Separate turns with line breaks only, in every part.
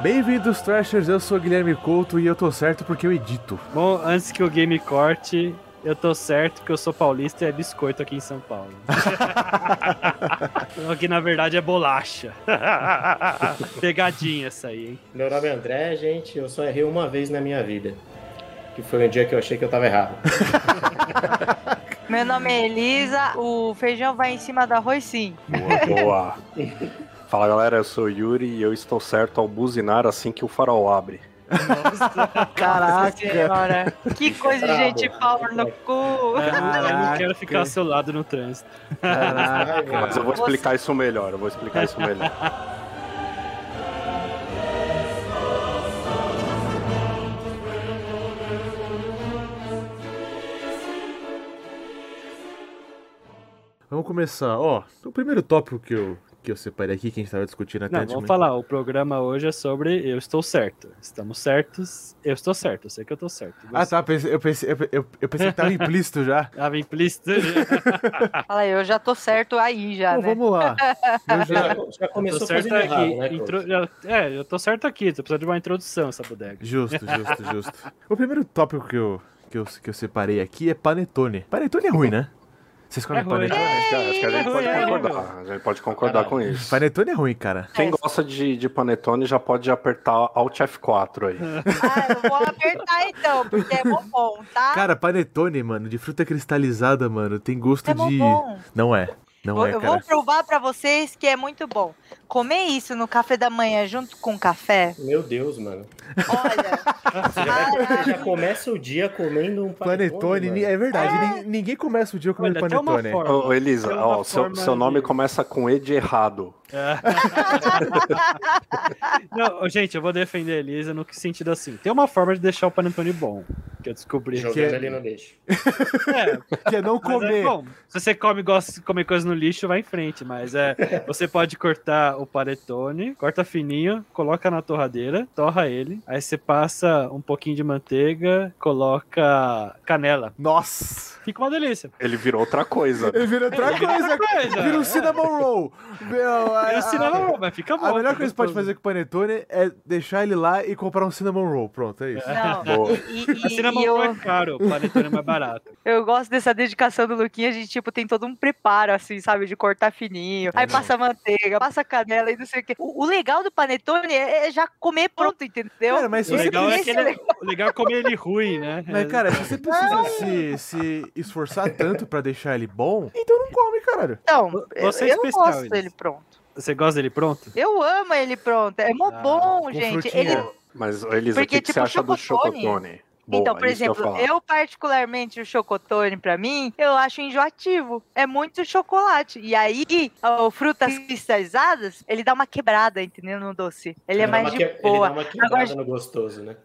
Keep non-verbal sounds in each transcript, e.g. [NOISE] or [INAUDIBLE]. Bem-vindos, Trashers. Eu sou Guilherme Couto e eu tô certo porque eu edito.
Bom, antes que o game corte, eu tô certo que eu sou paulista e é biscoito aqui em São [LAUGHS] Paulo. O que na verdade é bolacha. Pegadinha essa aí, hein?
Meu nome é André, gente. Eu só errei uma vez na minha vida. Que foi um dia que eu achei que eu tava errado.
Meu nome é Elisa, o feijão vai em cima do arroz sim.
Boa, boa. Fala galera, eu sou o Yuri e eu estou certo ao buzinar assim que o farol abre.
Nossa senhora. Que coisa de gente pau no cu.
[LAUGHS] Eu não quero ficar ao seu lado no trânsito.
[LAUGHS] Ai, meu
Mas eu vou
Você-
explicar isso melhor, eu vou explicar isso melhor.
[LAUGHS]
Vamos começar. Ó, o primeiro tópico que eu, que eu separei aqui, que a gente tava discutindo até
Não,
antes.
vamos
mas-
falar, o programa hoje é sobre eu estou certo. Estamos certos, eu estou certo, eu sei que eu estou certo.
Ah, tá. pensei- Eu pensei, eu, eu- eu pensei que tava implícito já.
Tava [LAUGHS] implícito.
Fala aí, eu já tô certo aí já,
Bom,
né?
vamos lá. Eu já-
Já, já
Eu tô
começou
certo
fazendo
aqui.
errado, né?
intro-
Couto?
eu- É, eu tô certo aqui, tu precisa de uma introdução essa bodega.
Justo, justo, justo. O primeiro tópico que eu, que eu, que eu separei aqui é panetone. Panetone é ruim, né? Vocês comem
É ruim.
panetone?
Acho que, acho que a gente
é
pode
ruim, é
concordar, a gente pode concordar com isso.
Panetone é ruim, cara.
Quem gosta de, de panetone já pode apertar Alt F4
[LAUGHS]
aí.
Ah, eu vou apertar então, porque é bom bom, tá?
Cara, panetone, mano, de fruta cristalizada, mano, tem gosto
é bom
de.
bom.
Não é. Não é,
eu
cara.
vou provar pra vocês que é muito bom. Comer isso no café da manhã junto com café,
Meu Deus, mano.
olha,
Você
Ah,
já, vai- já começa o dia comendo um
Panetone,
mano.
é verdade. nin- Ninguém começa o dia comendo
Olha, até uma
panetone.
forma.
um Ô, ô, Elisa,
Tem
ó,
uma
seu,
forma
seu nome
de-
começa com E de errado.
Não, ô, gente, eu vou defender a Elisa no que sentido assim. Tem uma forma de deixar o panetone bom, que eu descobri.
que
Jogando
é-
ali no lixo.
É,
que é não
mas é
comer.
bom. Se você come e gosta de comer coisa no lixo, vai em frente, mas é, você pode cortar o panetone, corta fininho, coloca na torradeira, torra ele, aí você passa um pouquinho de manteiga, coloca canela.
Nossa!
Fica uma delícia.
Ele virou outra coisa.
Ele vira outra coisa.
É, coisa. É. um
Vira um cinnamon roll. Meu, é a,
Eu ensinava, mas fica
a-
é tá bom.
a melhor coisa
fica
que você pode
gostoso.
fazer com panetone é deixar ele lá e comprar um cinnamon roll. Pronto, é isso.
não.
Boa.
E,
A
e-
cinnamon
e
roll é
eu,
caro, o panetone é mais barato.
eu gosto dessa dedicação do Luquinha, a gente, tipo, tem todo um preparo, assim, sabe, de cortar fininho, aí passa manteiga, passa canela e não sei o quê. O, o legal do panetone é, é já comer pronto, entendeu?
Cara, mas se
O
você
legal, é
precisa,
que ele- o legal é comer ele ruim, né?
mas, cara, se você precisa se, se esforçar tanto pra deixar ele bom, então não come, caralho.
Então,
Você é
eu, eu
especial,
gosto
Elis.
dele pronto.
Você gosta dele pronto?
Eu amo ele pronto. É mó
Ah,
bom,
com
gente.
frutinha.
Ele
Mas, ô, Elisa, o
Porque,
que, que
tipo,
você acha do
chocotone-
chocotone? Boa,
Então, por
isso que eu ia
exemplo,
falar.
eu particularmente o chocotone pra mim, eu acho enjoativo. É muito chocolate. E aí, ó, frutas cristalizadas, ele dá uma quebrada, entendeu? No doce. Ele é
dá
mais
uma
de
que-
boa.
Ele dá uma quebrada
Agora-
no gostoso, né?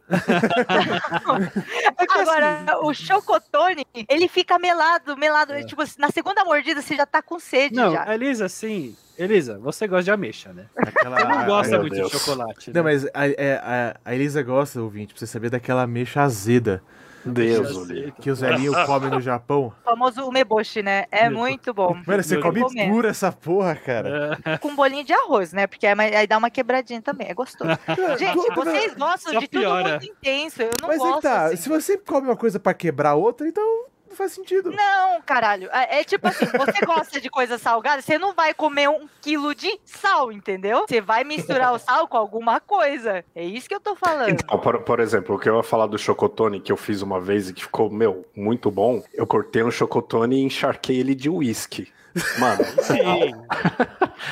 É
Agora,
assim,
o chocotone, ele fica melado,
É.
melado. Tipo assim, na segunda mordida você já tá com sede
Não,
já.
Elisa, sim. Elisa, você gosta de ameixa, né?
Aquela,
Você não gosta
meu
muito
Deus.
de chocolate.
Não,
né?
mas a, é, a- a Elisa gosta, ouvinte, pra você saber daquela ameixa azeda
Deus,
Eu
Olívia.
aceito.
que os
[LAUGHS]
velhinhos comem no Japão.
O famoso umeboshi, né? É
Meu
muito bom.
Mano, você
Eu
come
vou comer.
pura essa porra, cara.
com bolinho de arroz, né? Porque aí, mas aí dá uma quebradinha também.
[LAUGHS]
É gostoso. Gente, vocês gostam
Só
de
piora.
tudo muito intenso. Eu não
né? Mas é
gosto.
que tá,
assim.
se você come uma coisa pra quebrar a outra, então não faz sentido.
Não, caralho. É é tipo assim, você [LAUGHS] gosta de coisa salgada, você não vai comer um quilo de sal, entendeu? Você vai misturar o sal com alguma coisa. É isso que eu tô falando.
Então, por, por exemplo, o que eu ia falar do chocotone que eu fiz uma vez e que ficou, meu, muito bom, eu cortei um chocotone e encharquei ele de uísque. Mano,
Sim.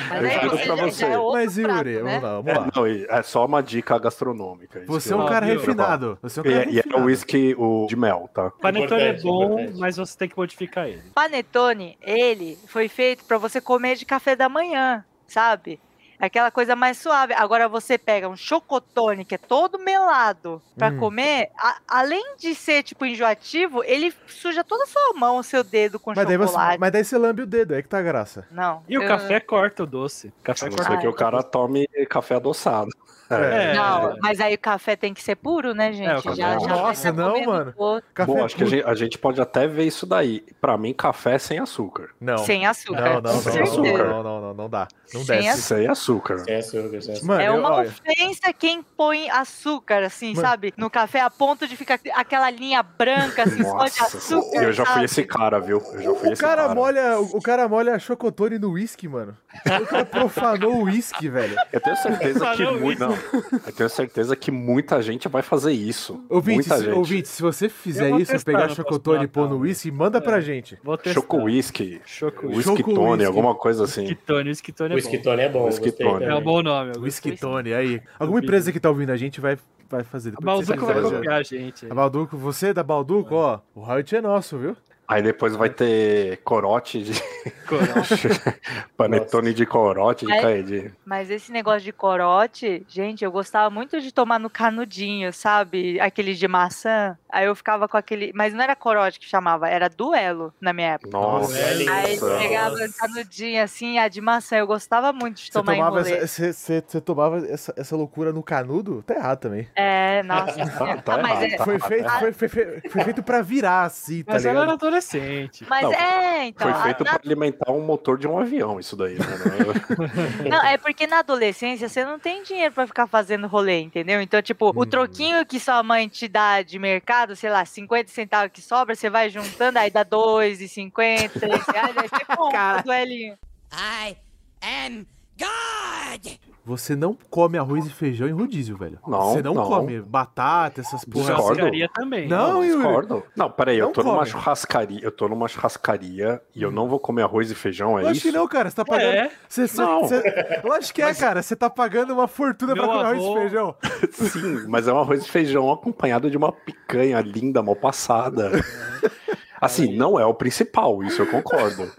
Mas
eu
aí
juro
você já,
pra
já
você.
é outro
Mas, Yuri,
prato, né?
vamos lá, vamos lá.
é, não, e é só uma dica gastronômica. isso
Você
que
é um
eu-
cara
eu ia
refinado. Você é um
falar.
cara
E, é- e é o
refinado.
uísque o de mel, tá?
Panetone é
Importante,
bom,
importante.
mas você tem que modificar ele.
Panetone, ele foi feito pra você comer de café da manhã, sabe? Aquela coisa mais suave. Agora você pega um chocotone que é todo melado pra
Hum.
comer, a- além de ser tipo enjoativo, ele suja toda a sua mão, o seu dedo com
Mas daí,
chocolate.
você, mas daí você lambe o dedo,
é
aí que tá a graça.
Não.
E o
eu-
café corta o doce. Café
A não
corta.
ser que o cara tome café adoçado. É.
É.
Não, mas aí o café tem que ser puro, né, gente?
É, o café é puro.
vai
Nossa,
tá
não,
comendo
mano.
outro
Café
Bom, acho que a
puro-
gente, a gente pode até ver isso daí. Pra mim, café é sem açúcar.
Não.
Sem açúcar.
Não, não,
com
não, não,
certeza.
não, não, não, não dá. Não
Sem
desce.
açúcar.
Sem açúcar.
Sem açúcar, sem açúcar.
Mano,
É
eu-
uma
olha,
ofensa quem põe açúcar, assim,
Mano.
sabe? No café, a ponto de ficar aquela linha branca, assim, só de
Nossa,
açúcar.
eu já fui
sabe?
esse cara, viu? Eu já fui
o
esse é
cara,
cara.
molha, o, o cara molha chocotone no uísque, mano. O cara profanou o uísque, velho.
Eu tenho certeza que
Falou
mu-
isso.
não, Eu tenho certeza que muita gente vai fazer isso.
Ouvinte,
muita
se,
gente.
ouvinte, se você fizer
Eu vou
isso,
testar,
pegar
não posso
chocotone e
falar,
pôr no
não.
uísque, manda pra
É.
gente.
Vou testar.
Choco whisky,
Choco whisky.
whisky
Choco
tone,
whisky.
alguma coisa assim.
Whisky-tone, whisky-tone é
Whisky
bom.
Tone é bom,
Whisky
gostei
Tone.
É
também.
um bom nome. eu
Whisky
gostei.
Tone, aí. Alguma empresa que tá ouvindo a gente vai, vai fazer.
A
Depois vocês
Balduco vai
fazem.
copiar a
É.
gente.
A Balduco, você é da Balduco, ó, o Riot é nosso, viu?
Aí depois vai ter corote de [LAUGHS]
Coral.
panetone de corote, de
É.
cair de.
Mas esse negócio de corote, gente, eu gostava muito de tomar no canudinho, sabe? Aquele de maçã. Aí eu ficava com aquele. Mas não era corote que chamava, era duelo na minha época.
Nossa.
Nossa.
Aí pegava um
Nossa.
canudinho assim, a de maçã. Eu gostava muito de
Você
tomar em
tomava,
rolê.
essa, você, você- você tomava essa, essa loucura no canudo? Tá errado também.
É, nossa.
[LAUGHS] Tá,
senhora.
tá
Ah, mas
errado,
é,
tá.
Foi feito, foi, foi- foi- foi feito pra virar assim, tá
Mas ela era
ligado?
adolescente.
mas
Não,
é, então.
Foi
a-
feito
na-
pra alimentar um motor de um avião, isso daí, né?
Não, é porque na adolescência você não tem dinheiro pra ficar fazendo rolê, entendeu? Então, tipo, o troquinho que sua mãe te dá de mercado, sei lá, 50 centavos que sobra, você vai juntando, aí dá 2,50, 3 reais, aí você compra o é tipo um duelinho.
I am God!
Você não come arroz e feijão em rodízio, velho.
Não,
Você não,
não.
come batata, essas porra. assim.
Discordo.
Churrascaria
[LAUGHS]
também.
Não, Yuri.
discordo. Não, peraí,
Não
eu tô numa
come.
churrascaria, eu tô numa churrascaria e eu não vou comer arroz e feijão, é
Lógico
isso?
que não, cara. Você tá pagando.
É,
Você, você,
Não.
você- Lógico que é, cara. Você tá pagando uma fortuna pra
Meu
comer arroz e
avô-
feijão.
Sim, mas é um arroz e feijão acompanhado de uma picanha linda, mal passada. Assim, não é o principal, isso eu concordo.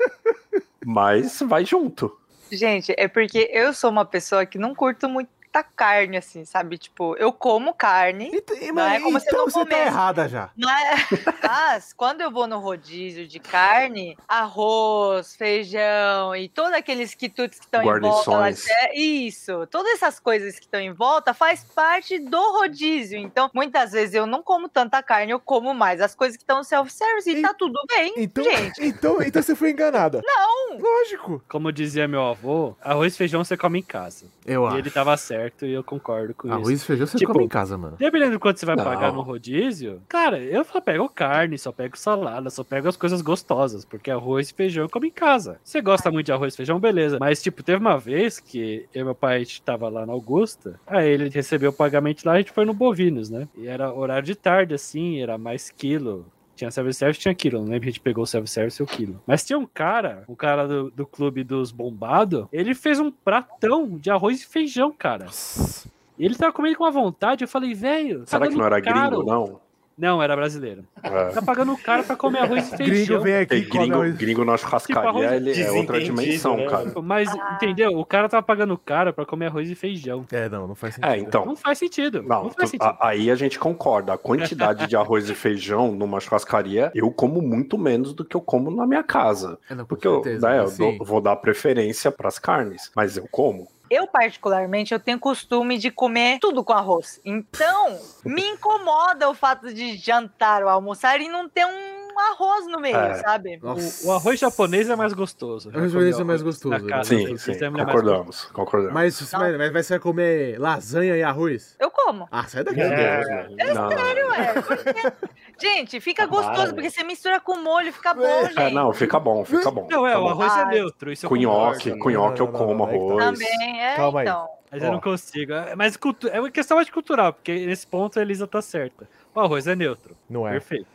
Mas vai junto.
Gente, é porque eu sou uma pessoa que não curto muita carne, assim, sabe? Tipo, eu como carne,
Então,
Não,
mas
é como se
então
não
você tá
comesse.
errada já.
mas, mas quando eu vou no rodízio de carne, arroz, feijão e todos aqueles quitutes que estão em volta lá
Guarnições.
É isso, todas essas coisas que estão em volta faz parte do rodízio. Então, muitas vezes eu não como tanta carne, eu como mais as coisas que estão no self-service e,
E-
tá tudo bem.
Então,
Gente,
então, então você foi enganada. Não! Lógico.
como dizia meu avô, arroz e feijão você come em casa.
Eu
E ele tava certo e eu concordo com isso.
Arroz e feijão você
Tipo,
come em casa, mano.
Dependendo do quanto você vai
Não.
pagar no rodízio, cara, eu só pego carne, só pego salada, só pego as coisas gostosas, porque arroz e feijão eu como em casa. Você gosta muito de arroz e feijão, beleza. Mas, tipo, teve uma vez que eu e meu pai a gente tava lá na Augusta, aí ele recebeu o pagamento lá, a gente foi no Bovinos, né? E era horário de tarde, assim, era mais quilo. Tinha self-service, tinha quilo. Não lembro, se a gente pegou o self-service e o quilo. Mas tinha um cara, o cara do, do clube dos bombados, ele fez um pratão de arroz e feijão, cara.
Nossa.
E ele tava comendo com a vontade, eu falei, velho. tá
Será que
dando
não era
caro.
gringo, não?
Não, era brasileiro.
É.
Tá pagando caro pra comer arroz
[LAUGHS]
e
Gringo
feijão.
vem aqui
É,
e come
gringo,
arroz.
gringo na churrascaria
Tipo, arroz
ele é outra
desentendido,
dimensão,
né?
cara.
Mas,
Ah.
entendeu? O cara tava pagando caro pra comer arroz e feijão.
É, não, não faz sentido.
É, então.
Não faz sentido. Não,
Não,
faz
tu- ah.
sentido.
a- aí a gente concorda. A quantidade de arroz e feijão numa churrascaria, eu como muito menos do que eu como na minha casa.
É, não, com
Porque eu,
certeza,
né, eu
assim.
dou- vou dar preferência pras carnes, mas eu como.
eu particularmente, eu tenho costume de comer tudo com arroz. Então, me incomoda o fato de jantar ou almoçar e não ter um arroz no meio,
É.
sabe?
Nossa.
O, o arroz japonês é mais gostoso. assim,
arroz japonês é mais gostoso, né? Ah,
Sim, sim,
é
concordamos, concordamos.
Mas, você vai- mas, mas você vai comer lasanha e arroz?
Eu como.
Ah, sai daqui.
Meu
É.
Deus, mano. Não,
Ué, porque- gente, fica
Tá
gostoso,
maravilha.
porque você mistura com molho, fica bom,
né? É,
gente.
É, não, fica bom, fica bom.
Não, é,
Então,
o
fica bom.
arroz é
Ah,
neutro. Isso eu
Com nhoque,
concordo.
com nhoque eu
Não, não, não,
como
não, não,
arroz.
Também, é,
Calma aí.
então.
Mas eu
Ó.
não consigo. É, Mas cultu- é uma questão mais de cultural, porque nesse ponto a Elisa tá certa. O arroz é neutro.
Não é.
Perfeito.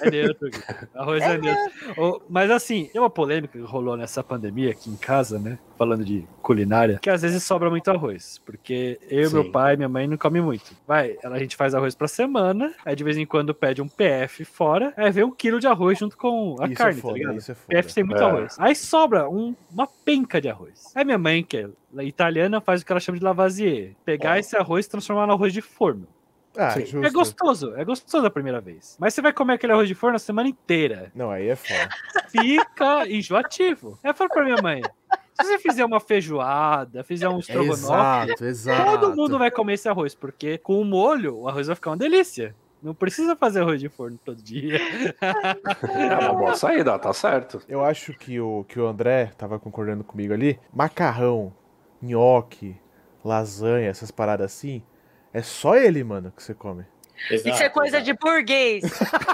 É neutro. Gui. Arroz é, neutro. Ô, mas assim, tem uma polêmica que rolou nessa pandemia aqui em casa, né? Falando de culinária, que às vezes sobra muito arroz. Porque eu,
Sim.
meu pai, minha mãe não comem muito. Vai, ela- a gente faz arroz pra semana, aí de vez em quando pede um PF fora, aí vem um quilo de arroz junto com a
isso
carne,
é foda,
tá ligado?
isso é foda.
PF tem muito
É.
arroz. Aí sobra um- uma penca de arroz. Aí minha mãe, que é italiana, faz o que ela chama de lavazier. Pegar esse arroz e transformar no arroz de forno.
Ah,
Sim.
justo.
É gostoso, é gostoso a primeira vez. Mas você vai comer aquele arroz de forno a semana inteira.
Não, aí é foda. [LAUGHS]
Fica enjoativo. Aí eu falo pra minha mãe: se você fizer uma feijoada, fizer um estrogonofe,
exato, exato.
todo mundo vai comer esse arroz, porque com o molho o arroz vai ficar uma delícia. Não precisa fazer arroz de forno todo dia.
É uma boa saída, tá certo.
Eu acho que o, que o André tava concordando comigo ali. Macarrão, nhoque, lasanha, essas paradas assim, é só ele, mano, que você come.
Exato,
Isso é coisa de burguês.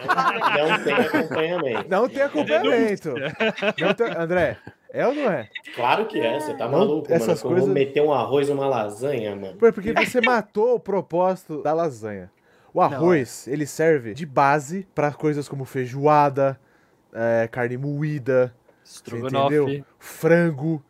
Não, não tem
[LAUGHS]
acompanhamento.
Não tem acompanhamento. Não tem- André, é ou não é?
Claro que é, você tá
Não,
maluco, mano.
essas
que Eu
coisas-
vou meter um arroz e uma lasanha, mano.
Pô, é Porque você matou o propósito da lasanha. O arroz, ele serve de base pra coisas como feijoada, é, carne moída, você
Strogonoff.
entendeu? Frango,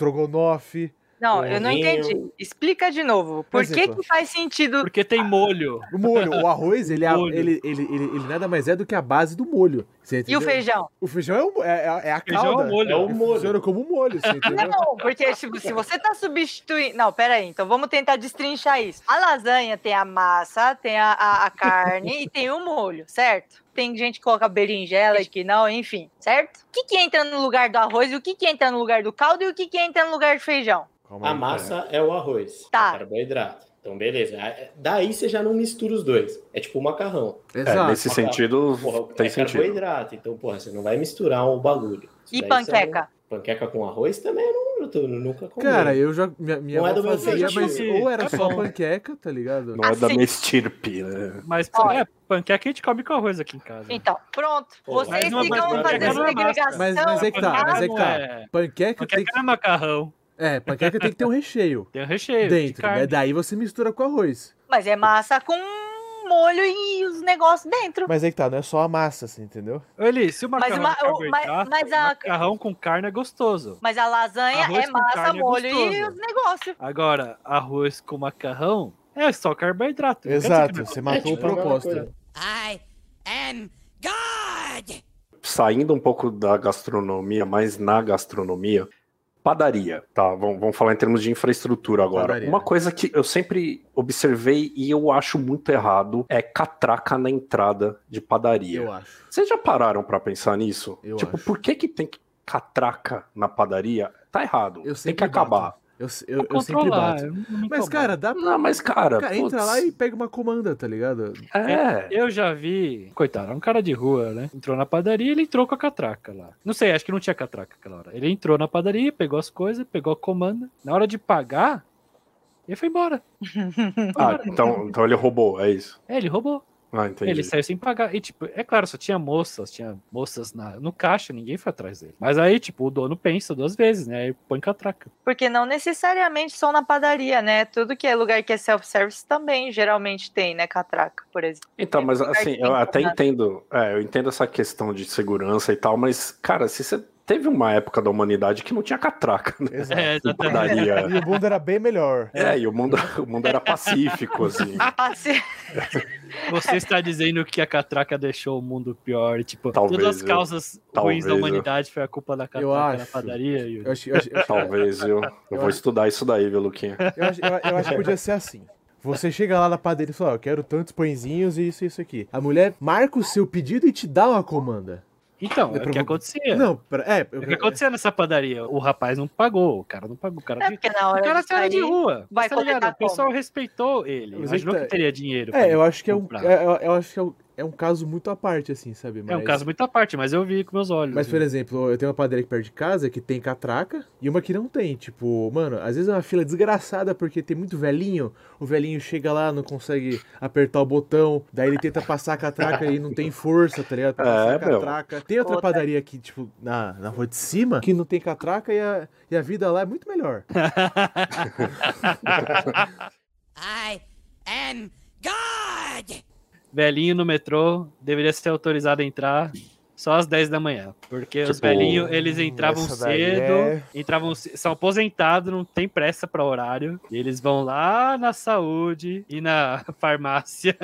estrogonofe.
Não, eu não
Bolinho.
entendi. Explica de novo. Por
Pois é,
que,
pô.
que faz sentido?
Porque tem molho.
O molho, o arroz, ele, é a-
Molho.
ele, ele, ele, ele nada mais é do que a base do molho. Você
E o
entendeu?
feijão?
O feijão é, o- é- é- é a
Feijão
calda.
é o molho.
É o
Ele
molho.
funciona como um molho, você entendeu?
Não, é porque se, se você tá substituindo. Não, peraí, então vamos tentar destrinchar isso. A lasanha tem a massa, tem a, a- a carne e tem o molho, certo? Tem gente que coloca berinjela e que não, enfim, certo? O que, que entra no lugar do arroz, e o que, que entra no lugar do caldo e o que, que entra no lugar do feijão?
Calma
A
aí,
massa é o arroz.
Tá.
é Carboidrato. Então, beleza. Daí você já não mistura os dois. É tipo o macarrão.
cara.
É,
Exato.
nesse sentido,
Porra,
[LAUGHS] tem
é
sentido.
carboidrato. Então, porra, você não vai misturar o bagulho. Isso
E
daí
panqueca?
você- Panqueca com arroz também eu não, eu tô- nunca comi.
Cara, eu já. Minha, minha
Não é
avó
do meu
fazia,
feitio.
mas ou era
Tá
só
bom.
panqueca, tá ligado?
Não é da
Assim.
minha estirpe, né?
Mas
Ó.
é, panqueca a gente come com arroz aqui em casa.
Então, pronto.
Pô,
Vocês
mas não- mas
ficam
panqueca
fazendo
não é massa.
segregação.
Mas- mas é que tá, mas é que tá.
Não é.
Panqueca, tem
Panqueca
que.
não é macarrão.
É, panqueca tem que ter um recheio
Tem um [LAUGHS] recheio. de
dentro.
carne.
Mas daí você mistura com arroz.
Mas é massa com molho e os negócios dentro.
Mas aí que tá, não é só a massa, assim, entendeu?
Ô, Eli, se o
Mas
macarrão
uma-
é
o- mas-
carboidrato,
mas a-
macarrão com carne é gostoso.
Mas a lasanha
Arroz
é
com
massa,
carne é
molho e
gostoso.
os negócios.
Agora, arroz com macarrão é só carboidrato. não quer dizer que
Exato,
não é
você
É
matou
tipo
o
a mesma
propósito.
coisa.
I am God!
Saindo um pouco da gastronomia, mas na gastronomia, padaria, tá? Vamos, vamos falar em termos de infraestrutura agora.
Padaria,
Uma
né?
coisa que eu sempre observei e eu acho muito errado é catraca na entrada de padaria.
Eu acho.
Vocês já pararam pra pensar nisso?
Eu
tipo,
acho.
por que que tem que catraca na padaria? Tá errado.
Eu é
tem
sempre
que acabar.
bato. Eu, se- eu,
pra
eu sempre
controlar,
bato.
eu não me
Mas,
incomodo.
cara, dá pra.
Não, mas cara,
É Cara, entra
putz,
lá e pega uma comanda, tá ligado?
é.
Eu já vi. Coitado, era um cara de rua, né? Entrou na padaria e ele entrou com a catraca lá. Não sei, acho que não tinha catraca aquela hora. Ele entrou na padaria, pegou as coisas, pegou a comanda. Na hora de pagar, ele foi embora.
Ah, então, então ele roubou, é isso.
É, ele roubou.
Ah, entendi.
né? Ele saiu sem pagar. E, tipo, é claro, só tinha moças, tinha moças na, no caixa, ninguém foi atrás dele. Mas aí, tipo, o dono pensa duas vezes, né? Aí põe catraca.
Porque não necessariamente só na padaria, né? Tudo que é lugar que é self-service também geralmente tem, né? Catraca, por exemplo.
Então, mas assim, eu até
Né?
entendo, é, eu entendo essa questão de segurança e tal, mas, cara, se você teve uma época da humanidade que não tinha catraca, né?
Exato.
É.
em Padaria.
[LAUGHS]
E o mundo era bem melhor.
É, e o mundo, [LAUGHS] o mundo era pacífico, assim.
Ah,
Passe-
Você está dizendo que a catraca deixou o mundo pior, e, tipo,
Talvez,
todas as
eu-
causas ruins
talvez,
da
eu-
humanidade foi a culpa da
Eu
catraca na
acho.
padaria. Yuri.
Eu acho, eu acho- eu acho-
Talvez, viu? Eu vou estudar isso daí, viu, Luquinha?
eu acho- eu- eu acho que podia ser assim. Você chega lá na padaria e fala, ó, eu quero tantos pãezinhos e isso e isso aqui. A mulher marca o seu pedido e te dá uma comanda.
Então,
É
é o que
provo-
acontecia.
Não, pera- é, eu-
O que acontecia nessa padaria? O rapaz não pagou, o cara não pagou, o cara
É
de...
porque na
O
hora
cara
de
saiu de
sair-
rua.
vai
tá ligado?
coletar
O pessoal respeitou ele.
Mas
Imaginou
então-
que teria dinheiro. pra
É, eu acho que é um,
comprar.
é- eu, eu acho que é um, é um caso muito à parte, assim, sabe?
É um caso muito à parte, mas eu vi com meus olhos.
Mas, por exemplo, eu tenho uma padaria aqui perto de casa que tem catraca e uma que não tem. Tipo, mano, às vezes é uma fila desgraçada porque tem muito velhinho. O velhinho chega lá, não consegue apertar o botão. Daí ele tenta passar a catraca e não tem força, tá ligado? Pra
É,
passar a
meu.
catraca. Tem outra
Outra.
padaria aqui, tipo, na, na rua de cima, que não tem catraca e a, e a vida lá é muito melhor.
I am God!
Velhinho no metrô, deveria ser autorizado a entrar só às 10 da manhã. Porque os
Tipo,
velhinhos, eles entravam
essa daí
cedo,
é-
entravam, ce- são aposentados, não tem pressa pra horário. E eles vão lá na saúde e na [LAUGHS] farmácia.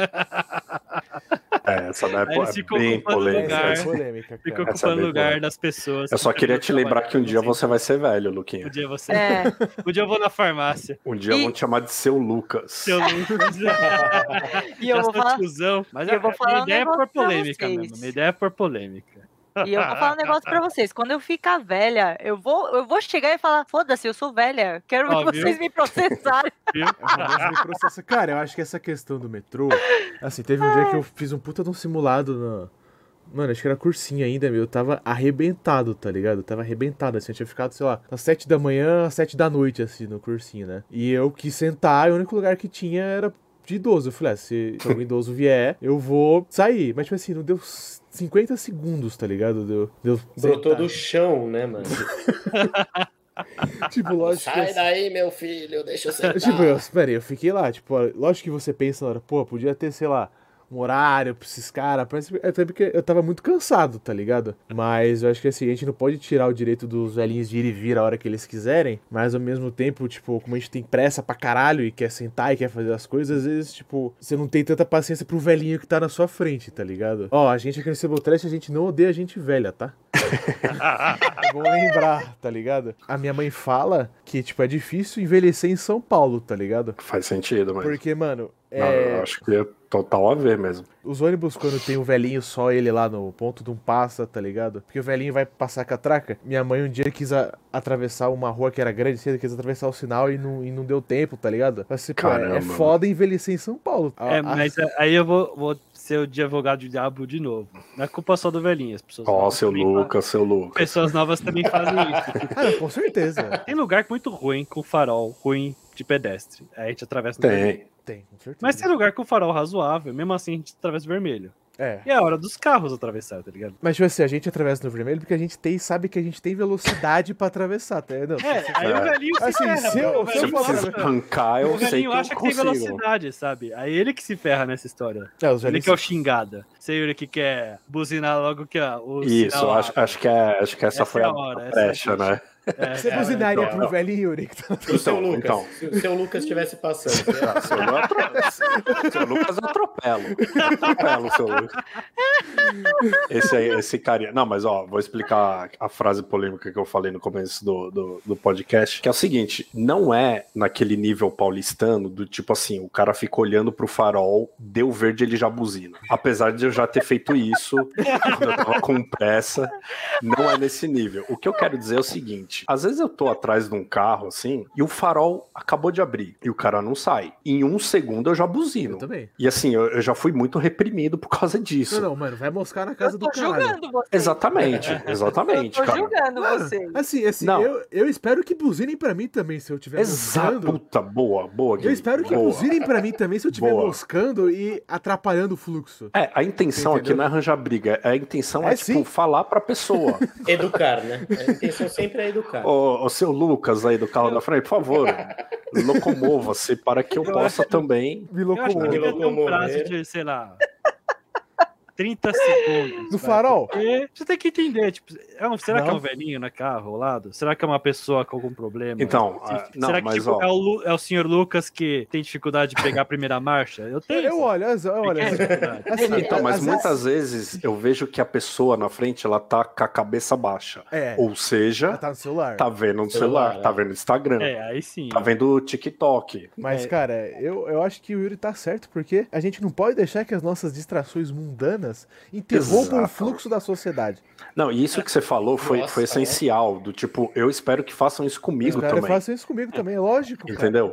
É, essa daí é
Aí eles ficam
bem
ocupando
polêmica.
lugar.
Essa é
essa.
polêmica,
Fica
cara.
Essa é
ocupando
bem
lugar
boa.
das pessoas.
Eu só queria te lembrar que um dia
você
você vai ser velho, Luquinha.
Um dia você.
É,
Um dia eu vou na farmácia. [LAUGHS]
Um dia
E-
vão te chamar de seu Lucas.
[LAUGHS]
Seu Lucas.
e eu
Já
vou
sou
falar,
tiozão. Mas
eu
a-
vou falar
minha
um
ideia é por
negócio pra
polêmica
vocês.
mesmo. Minha ideia é por polêmica.
e eu vou falar um negócio pra vocês. Quando eu ficar velha, eu vou, eu vou chegar e falar: foda-se, eu sou velha. Quero
Ó,
que
viu?
vocês
[LAUGHS]
me processarem.
Viu?
É o famoso me processa. Cara, eu acho que essa questão do metrô. Assim, teve um dia que eu fiz um puta de um simulado no, Mano, acho que era cursinho ainda, meu. Eu tava arrebentado, tá ligado? Eu tava arrebentado, assim. Eu tinha ficado, sei lá, às sete da manhã, às sete da noite, assim, no cursinho, né? E eu quis sentar, e o único lugar que tinha era de idoso. Eu falei, ah, se
[LAUGHS]
algum idoso vier, eu vou sair. Mas, tipo assim, não deu 50 segundos, tá ligado? Deu. deu
Brotou
tá-
do chão, né, mano?
Tipo, lógico que.
Sai daí, meu filho, deixa eu sentar.
Tipo, eu, pera aí, eu fiquei lá, tipo, ó, lógico que você pensa na hora, pô, podia ter, sei lá, um horário pra esses caras, parece- até porque eu tava muito cansado, tá ligado? Mas eu acho que assim, a gente não pode tirar o direito dos velhinhos de ir e vir a hora que eles quiserem, mas ao mesmo tempo, tipo, como a gente tem pressa pra caralho e quer sentar e quer fazer as coisas, às vezes, tipo, você não tem tanta paciência pro velhinho que tá na sua frente, tá ligado? Ó, a gente aqui no Cebotrash, a gente não odeia a gente velha, tá? É bom lembrar, tá ligado? A minha mãe fala que, tipo, é difícil envelhecer em São Paulo, tá ligado?
Faz sentido, mas.
Porque, mano, é,
Não, eu acho que é total a ver mesmo.
os ônibus, quando tem o velhinho só ele lá no ponto de um passa, tá ligado? Porque o velhinho vai passar catraca. Minha mãe um dia quis a- atravessar uma rua que era grande, cedo, quis atravessar o sinal e não, e não deu tempo, tá ligado? Mas, tipo, é,
Caramba,
é foda envelhecer em São Paulo.
É,
A- a-
mas aí eu vou, vou ser o de advogado do diabo de novo. Não é culpa só do velhinho, as pessoas.
Ó,
novas
seu
também
Lucas, seu
fa-
Lucas.
Pessoas novas também fazem isso.
Cara, com certeza. [LAUGHS]
Tem lugar muito ruim com farol, ruim de pedestre. Aí a gente atravessa no vermelho.
Tem.
Tem, com certeza.
Mas tem lugar com farol razoável, mesmo assim a gente atravessa o vermelho.
É.
E é a hora dos carros atravessar, tá ligado?
Mas, tipo assim, a gente atravessa no vermelho porque a gente tem, sabe que a gente tem velocidade pra atravessar, tá? Não,
É, aí o velhinho se
Assim,
ferra,
se eu-
pô, o
se
Se
eu
eu
velhinho
falar-
se
preciso
ferra.
arrancar, eu
O
sei que
velhinho
eu
acha que tem
consigo.
velocidade, sabe? Aí ele que se ferra nessa história.
É, os
Ele
velhinhos
que é o xingada. Sei ele que quer buzinar logo que ó, o
Isso,
sinal
acho,
abre.
acho, que é, acho que essa,
Essa
foi
é
a,
a hora, essa é a
brecha,
brecha.
né?
É,
Você
é,
buzinaria
não,
pro
não.
velhinho, Yuri, que tá-
Se o seu
Então,
Lucas,
então.
se o seu Lucas estivesse passando,
Ah, seu, Lu- atro- seu Lucas eu atropelo. Eu [LAUGHS] atropelo o seu Lucas. É, Esse, aí- esse carinha. Não, mas ó, vou explicar a frase polêmica que eu falei no começo do, do, do podcast, que é o seguinte: não é naquele nível paulistano do tipo assim, o cara fica olhando pro farol, deu verde, ele já buzina. Apesar de eu já ter feito isso quando eu tava com pressa. Não é nesse nível. O que eu quero dizer é o seguinte: às vezes eu tô atrás de um carro assim, e o farol acabou de abrir, e o cara não sai. Em um segundo eu já buzino.
Eu também.
E assim, eu, eu já fui muito reprimido por causa disso.
Não, não, mano, vai moscar na casa
Eu
do
tô
caralho.
julgando vocês.
Exatamente,
É.
Eu
exatamente,
tô
cara. Ah.
julgando vocês.
Assim, assim,
Não.
eu, eu espero que buzinem pra mim também se eu tiver
Exato.
moscando.
Puta, boa, boa. Gui,
Eu espero que
boa.
buzinem pra mim também se eu tiver
Boa.
moscando e atrapalhando o fluxo.
É, a intenção aqui
Entendeu?
não é arranjar briga, a intenção é,
É,
tipo,
sim.
falar
[LAUGHS]
pra pessoa.
educar, né? A intenção sempre é educar.
Ô, ô, seu Lucas aí do carro da frente, por favor, locomova-se para que eu possa também.
Me
Eu acho que
Como
locomove.
devia ter um
locomover.
prazo de, sei lá, [LAUGHS] 30 segundos.
No
vai.
farol?
Porque você tem que entender, tipo, é um- será que é
Não.
um velhinho na carro ao lado? Será que é uma pessoa com algum problema?
Então,
Se-
ah, não,
será que
mas,
tipo,
ó.
é, o, Lu- é o senhor Lucas que tem dificuldade de pegar a primeira marcha? Eu
Eu,
tenho. essa
olho, olha, só, olha.
pequena
[LAUGHS]
dificuldade.
Assim,
Então, mas
às
muitas vezes eu vejo que a pessoa na frente ela tá com a cabeça baixa.
vezes- É,
Ou seja,
ela tá no celular. né?
tá vendo no
Celular,
celular, tá
é.
vendo no Instagram,
É, aí sim.
tá vendo o TikTok.
Mas,
É.
cara, eu, eu acho que o Yuri tá certo, porque a gente não pode deixar que as nossas distrações mundanas interrompam o
Exato.
fluxo da sociedade.
Não, e isso que você falou foi,
Nossa,
foi essencial. Do tipo, eu espero que façam isso
Os
comigo
caras
também.
façam isso comigo também, é lógico. cara.
Entendeu?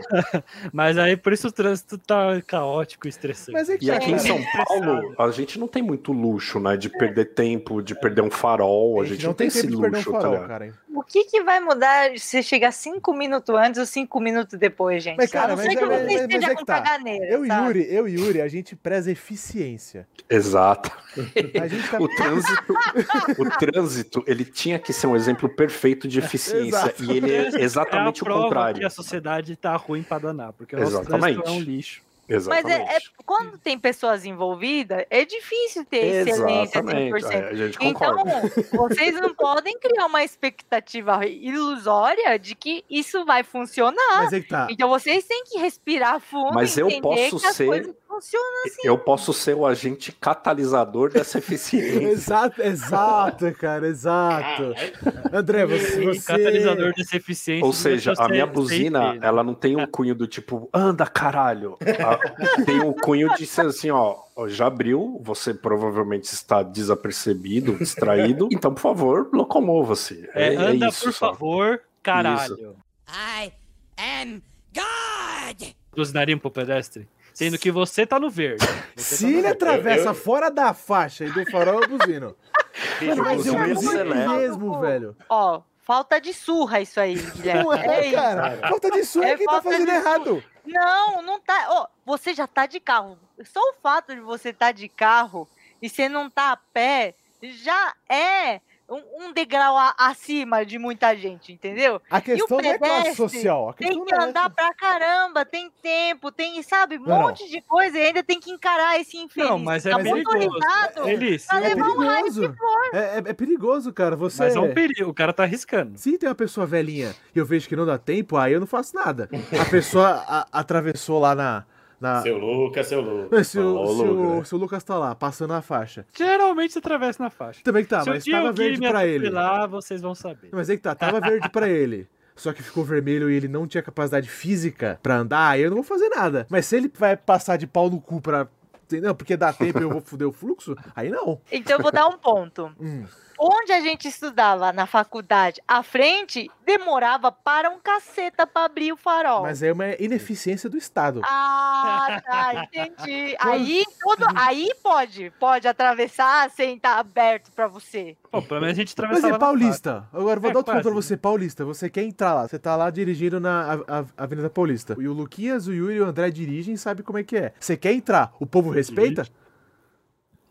Mas aí por isso o trânsito tá caótico e estressante.
Mas é que
E
tá,
aqui em
cara.
São Paulo, a gente não tem muito luxo, né? De perder tempo, de perder um farol. A gente, não tem, esse
tempo de perder um
luxo, tá
farol,
ligado?
cara.
O que, que vai mudar se chegar cinco minutos antes ou cinco minutos depois, gente?
Mas, cara,
a não
mas
ser que
é-
você
mas-
esteja
mas é
com
que tá.
caganeira,
Eu e
sabe?
Yuri, eu e Yuri, a gente preza eficiência.
Exato.
[LAUGHS] A gente
[LAUGHS]
tá
O trânsito, o trânsito, ele tinha que ser um exemplo perfeito de eficiência.
Exato.
E ele é
é a
exatamente o
prova que
contrário.
a sociedade tá ruim pra danar, porque o nosso
Exatamente.
trânsito é um lixo.
Mas
Exatamente.
é, é- quando tem pessoas envolvidas, é difícil ter excelência
Exatamente.
100%.
É, a gente
Então,
concorda.
vocês
[LAUGHS]
não podem criar uma expectativa ilusória de que isso vai funcionar.
Mas é que tá.
Então vocês têm que respirar fundo
Ah. Mas
e
eu
entender
posso
que as
ser-
coisas funcionam.
Eu posso ser o agente catalisador
[LAUGHS]
dessa eficiência.
Exato, exato, cara, exato. André, você.
O catalisador
você...
dessa eficiência.
Ou seja, a
você é
minha
tem
buzina,
que ter. né?
ela não tem um cunho do tipo, anda caralho. A- Tem um cunho de ser assim, ó, ó, já abriu, você provavelmente está desapercebido,
[LAUGHS]
distraído. Então, por favor, locomova-se.
É,
É, é
anda,
isso,
por
sabe?
favor, caralho.
I am God!
Buzinariam pro pedestre? Sendo que você tá no verde. Você tá
Se
no
ele
verde.
atravessa
Eu- eu-
fora da faixa e do farol, eu
[LAUGHS]
buzino.
Tipo,
Mano, mas eu
Inclusive,
buzino
você é leva.
mesmo, velho.
Ó, falta de surra isso aí, Guilherme.
Não
É
é,
isso.
cara. Falta de sua é
É
quem tá
falta de
fazendo
sua.
errado.
Não, não tá. Ó, você já tá de carro. Só o fato de você tá de carro e você não tá a pé já é um, um degrau a- acima de muita gente, entendeu?
A questão não é classe
pedestre
social. A
Tem
questão
que
não é
andar pra caramba, tem tempo, tem, sabe, um
Não, não.
monte de coisa e ainda tem que encarar esse infeliz.
Não, mas é
Tá
perigoso.
motorizado.
Ele, sim,
Tá
Pra
É
levar um raio de
perigoso. É, é- é perigoso, cara. Você.
mas é um perigo, o cara tá arriscando.
Se tem uma pessoa velhinha e eu vejo que não dá tempo, aí eu não faço nada. A pessoa a- atravessou lá na. na...
Seu Lucas, seu Lucas.
ah. Mas [LAUGHS] Se, o,
Ô,
se, o,
Lucas.
se o Lucas tá lá, passando a faixa.
Geralmente você atravessa na faixa.
Também que tá,
Se um
mas
dia
tava
o Gui
verde
me
pra ele.
atropelar, vocês vão saber.
Mas aí que tá, tava verde pra ele. Só que ficou vermelho e ele não tinha capacidade física pra andar, aí eu não vou fazer nada. Mas se ele vai passar de pau no cu pra. Entendeu? Porque dá tempo e eu vou foder o fluxo, aí não.
Então eu vou dar um ponto.
Hum.
Onde a gente estudava na faculdade, à frente demorava para um caceta pra abrir o farol.
Mas é uma ineficiência do Estado.
Ah, tá,
[LAUGHS]
entendi. Aí tudo, aí pode, pode atravessar sem estar aberto pra você.
Pô, pelo menos a gente
Mas
atravessava
é
na
paulista. Agora eu vou
É,
dar outro ponto pra
quase.
você, paulista. Você quer entrar lá. Você tá lá dirigindo na a- a- Avenida Paulista. E o Luquinhas, o Yuri e o André dirigem e sabe como é que é. Você quer entrar. O povo respeita?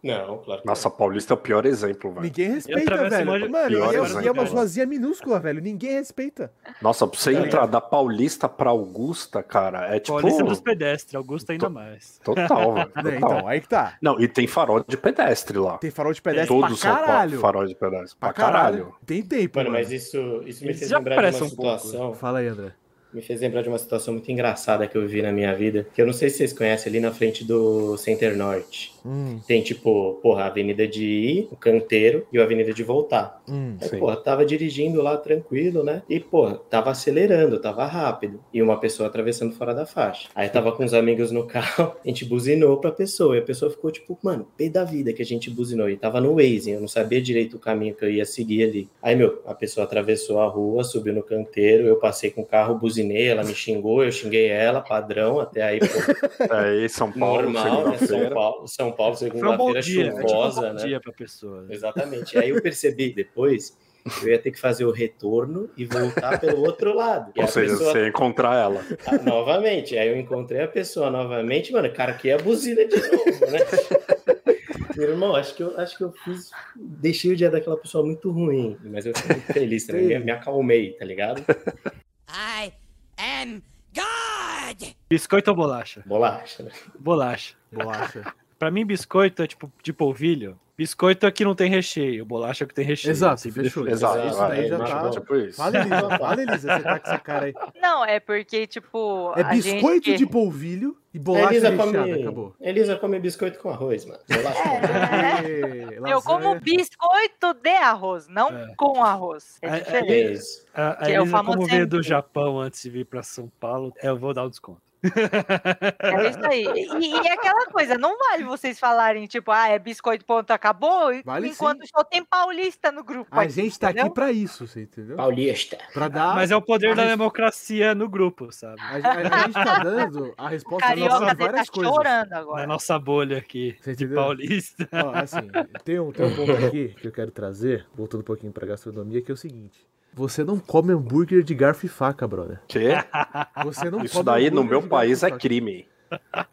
Não, claro que
Nossa, Paulista é o pior exemplo, velho.
Ninguém respeita,
atravesso
velho.
uma-
Mano, e
Piores,
é, e
né,
é uma
cara?
ruazinha minúscula, velho. Ninguém respeita.
Nossa, pra você
É.
entrar da Paulista pra Augusta, cara, é tipo.
Paulista dos pedestres, Augusto ainda
to-
mais.
Total, velho.
[LAUGHS] Né,
total.
Então, aí que tá.
Não, e tem farol de pedestre lá.
Tem farol de pedestre
Todos
pra
são
caralho.
fa- farol de pedestre.
Pra
Pra
caralho.
caralho.
Tem tempo,
Mano,
mano.
mas então- isso, isso me
Isso
fez
já
lembrar de
parece
uma
um pouco.
situação.
Fala aí, André.
Me fez lembrar de uma situação muito engraçada que eu vi na minha vida. Que eu não sei se vocês conhecem ali na frente do Center Norte.
Hum,
Tem tipo, porra, a avenida de ir, o canteiro e a avenida de voltar.
hum.
Aí,
Sim.
porra, tava dirigindo lá tranquilo, né? E, porra, tava acelerando, tava rápido. E uma pessoa atravessando fora da faixa. Aí tava com os amigos no [LAUGHS] carro, a gente buzinou pra pessoa. E a pessoa ficou tipo, mano, pé da vida que a gente buzinou. E tava no Waze, eu não sabia direito o caminho que eu ia seguir ali. Aí, meu, a pessoa atravessou a rua, subiu no canteiro, eu passei com o carro, buzinei, ela me xingou, eu xinguei ela, padrão, até aí,
[LAUGHS]
pô,
Aí, É, São Paulo,
normal, né? São
segunda-feira.
Paulo, São Paulo
Foi um bom
segunda-feira
dia, né? Tipo, um
chuvosa,
bom
né?
dia pra pessoa. né?
Exatamente. Aí eu percebi depois que eu ia ter que fazer o retorno e voltar pelo outro lado. E
Ou
a
seja,
pessoa
você encontrar ela.
ah, novamente. Aí eu encontrei a pessoa novamente, mano, cara, que é a buzina de novo, né? [LAUGHS] Meu irmão, acho que eu acho que eu fiz. Deixei o dia daquela pessoa muito ruim, mas eu fiquei muito feliz, né? me, me acalmei, tá ligado?
I am God!
Biscoito ou bolacha?
Bolacha, né?
Bolacha.
Bolacha.
Pra mim, biscoito é tipo de polvilho. Biscoito é que não tem recheio, bolacha é que tem recheio.
Exato,
Assim,
fechou.
define.
Exato.
Isso
vai,
daí já
tipo,
tá-
Tipo isso.
Fala, Elisa. Fala, Elisa. Você tá com essa cara
[LAUGHS]
aí.
Não, é porque tipo
É
a gente
biscoito
que-
de polvilho e bolacha
Elisa
recheada.
come,
Acabou.
Elisa come biscoito com arroz, mano. Bolacha com arroz.
É,
Ei,
eu como
lasanha.
biscoito de arroz, não
É.
com arroz. É
É, é,
diferente.
É isso.
A, a
Que é o
Elisa, como
famoso
veio do
sempre.
Japão antes de vir pra São Paulo, eu vou dar o desconto.
É isso aí. E, e é aquela coisa, não vale vocês falarem, tipo, ah, é biscoito, ponto, acabou, e-
Vale
enquanto só tem paulista no grupo.
A
aqui,
gente tá aqui
entendeu?
pra isso, você entendeu?
Paulista.
Pra dar.
Mas é o poder da
Ah, mas-
democracia no grupo, sabe?
A, gen- a gente tá dando a
O
resposta nossa
carioca
pra
deve
várias
estar
coisas.
chorando
Na
agora.
nossa bolha aqui,
Você
de
entendeu?
paulista.
Ó, assim, tem um, tem um
[LAUGHS]
ponto aqui que eu quero trazer, voltando um pouquinho pra gastronomia, que é o seguinte. Você não come hambúrguer de garfo e faca, brother.
Que?
Você não
Isso
come
daí no
hambúrguer de
meu
garfo e
país é
faca.
crime.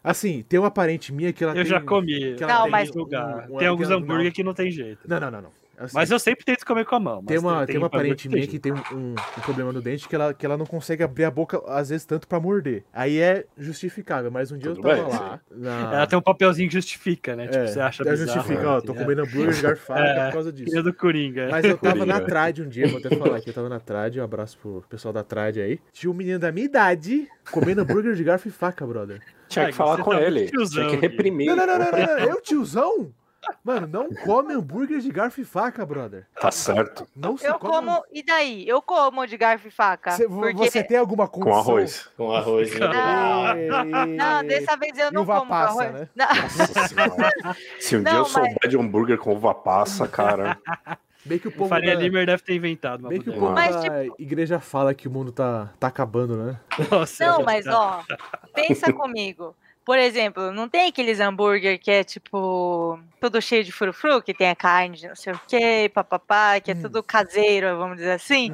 Assim, tem uma parente minha que ela
Eu
tem...
já comi.
que
ela Não, tem mas-
lugar.
um- um-
tem alguns
que ela-
hambúrguer
não.
que não tem jeito.
Não, não, não. não. Assim,
Mas eu sempre tento comer com a mão. mas
Tem uma, tem uma
hambúrguer
parente
tem
minha que
jeito.
tem um, um problema no dente que ela, que ela não consegue abrir a boca, às vezes, tanto pra morder. Aí é justificável, mas um dia
Tudo
eu tava
bem,
lá. Na...
Ela tem um papelzinho que justifica, né? Tipo,
tá- É,
você acha
ela
bizarro.
justifica, ó, tô
né?
comendo hambúrguer de garfo e faca
[LAUGHS] É.
por causa disso.
Filha do Coringa.
Mas eu tava
Coringa.
na Trade um dia, vou até falar que eu tava na Trade, um abraço pro pessoal da Trade aí. Tinha um menino da minha idade comendo hambúrguer de garfo e faca, brother.
Tinha
Ai,
que falar
você
com
tá muito
ele.
tiozão,
Tinha
Gui.
que reprimir.
Não, não, não, não, não, não, eu tiozão? Mano, não come hambúrguer de garfo e faca, brother.
Tá certo.
Não se
Eu
come.
como, e daí? Eu como de garfo e faca.
Você,
porque...
você tem alguma
Com
condição?
arroz.
Com arroz. né?
Não.
Ei,
Não, dessa vez eu
E
não
uva
como com
passa,
arroz.
né?
Não, [LAUGHS]
[LAUGHS] Nossa senhora. Se um
Não,
dia eu
mas-
souber de hambúrguer com uva passa, cara.
Bem que o
O
povo
Faria
da,
Limer deve ter inventado uma
bem que o
bodega.
povo
Mas, tipo-
da igreja fala que o mundo tá, tá acabando, né?
Nossa,
não, mas ó, pensa comigo. Por exemplo, não tem aqueles hambúrguer que é tipo tudo cheio de frufru, que tem a carne de não sei o que, papapá, que é
Hum.
tudo caseiro, vamos dizer assim.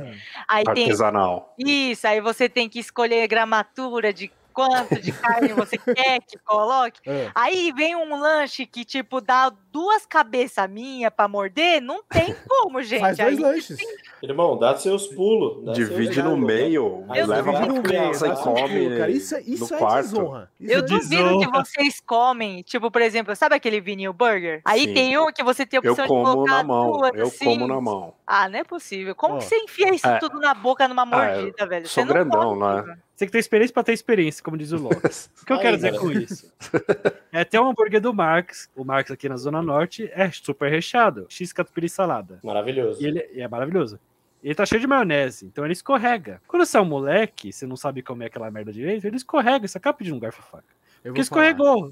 Aí tem
Artesanal.
isso, aí você tem que escolher a gramatura de quanto de carne
[LAUGHS]
você quer que coloque.
É.
Aí vem um lanche que, tipo, dá duas cabeças minha pra morder, não tem como, gente.
Faz dois
aí,
lanches.
Irmão, dá seus pulos. dá seus
Divide no
pulos.
né?
meio,
Eu
leva
duvido que
pra criança e
faça
come.
Cara, isso, isso
no
é
quarto.
desonra. Isso
eu
é
duvido que
desonra.
vocês comem, tipo, por exemplo, sabe aquele vinil burger? Aí
Sim.
tem um que você tem a
Eu
opção de
como
colocar
na mão,
duas,
eu
assim.
como na mão.
Ah, não é possível. Como
Ó.
que você enfia isso
É.
tudo na boca numa mordida, velho?
sou
Você não
grandão,
pode,
né?
cara.
Você que tem experiência pra ter experiência, como diz o Lopes. O que eu
Aí,
quero dizer
cara.
com isso? É tem um hambúrguer do Marx, o Marx aqui na Zona Norte, é super recheado. X catupiry e salada.
Maravilhoso.
E ele e é maravilhoso. Ele tá cheio de maionese, então ele escorrega. Quando você é um moleque, você não sabe comer aquela merda direito, ele escorrega, você acaba de um garfo e faca.
Eu
Porque
vou falar.
escorregou.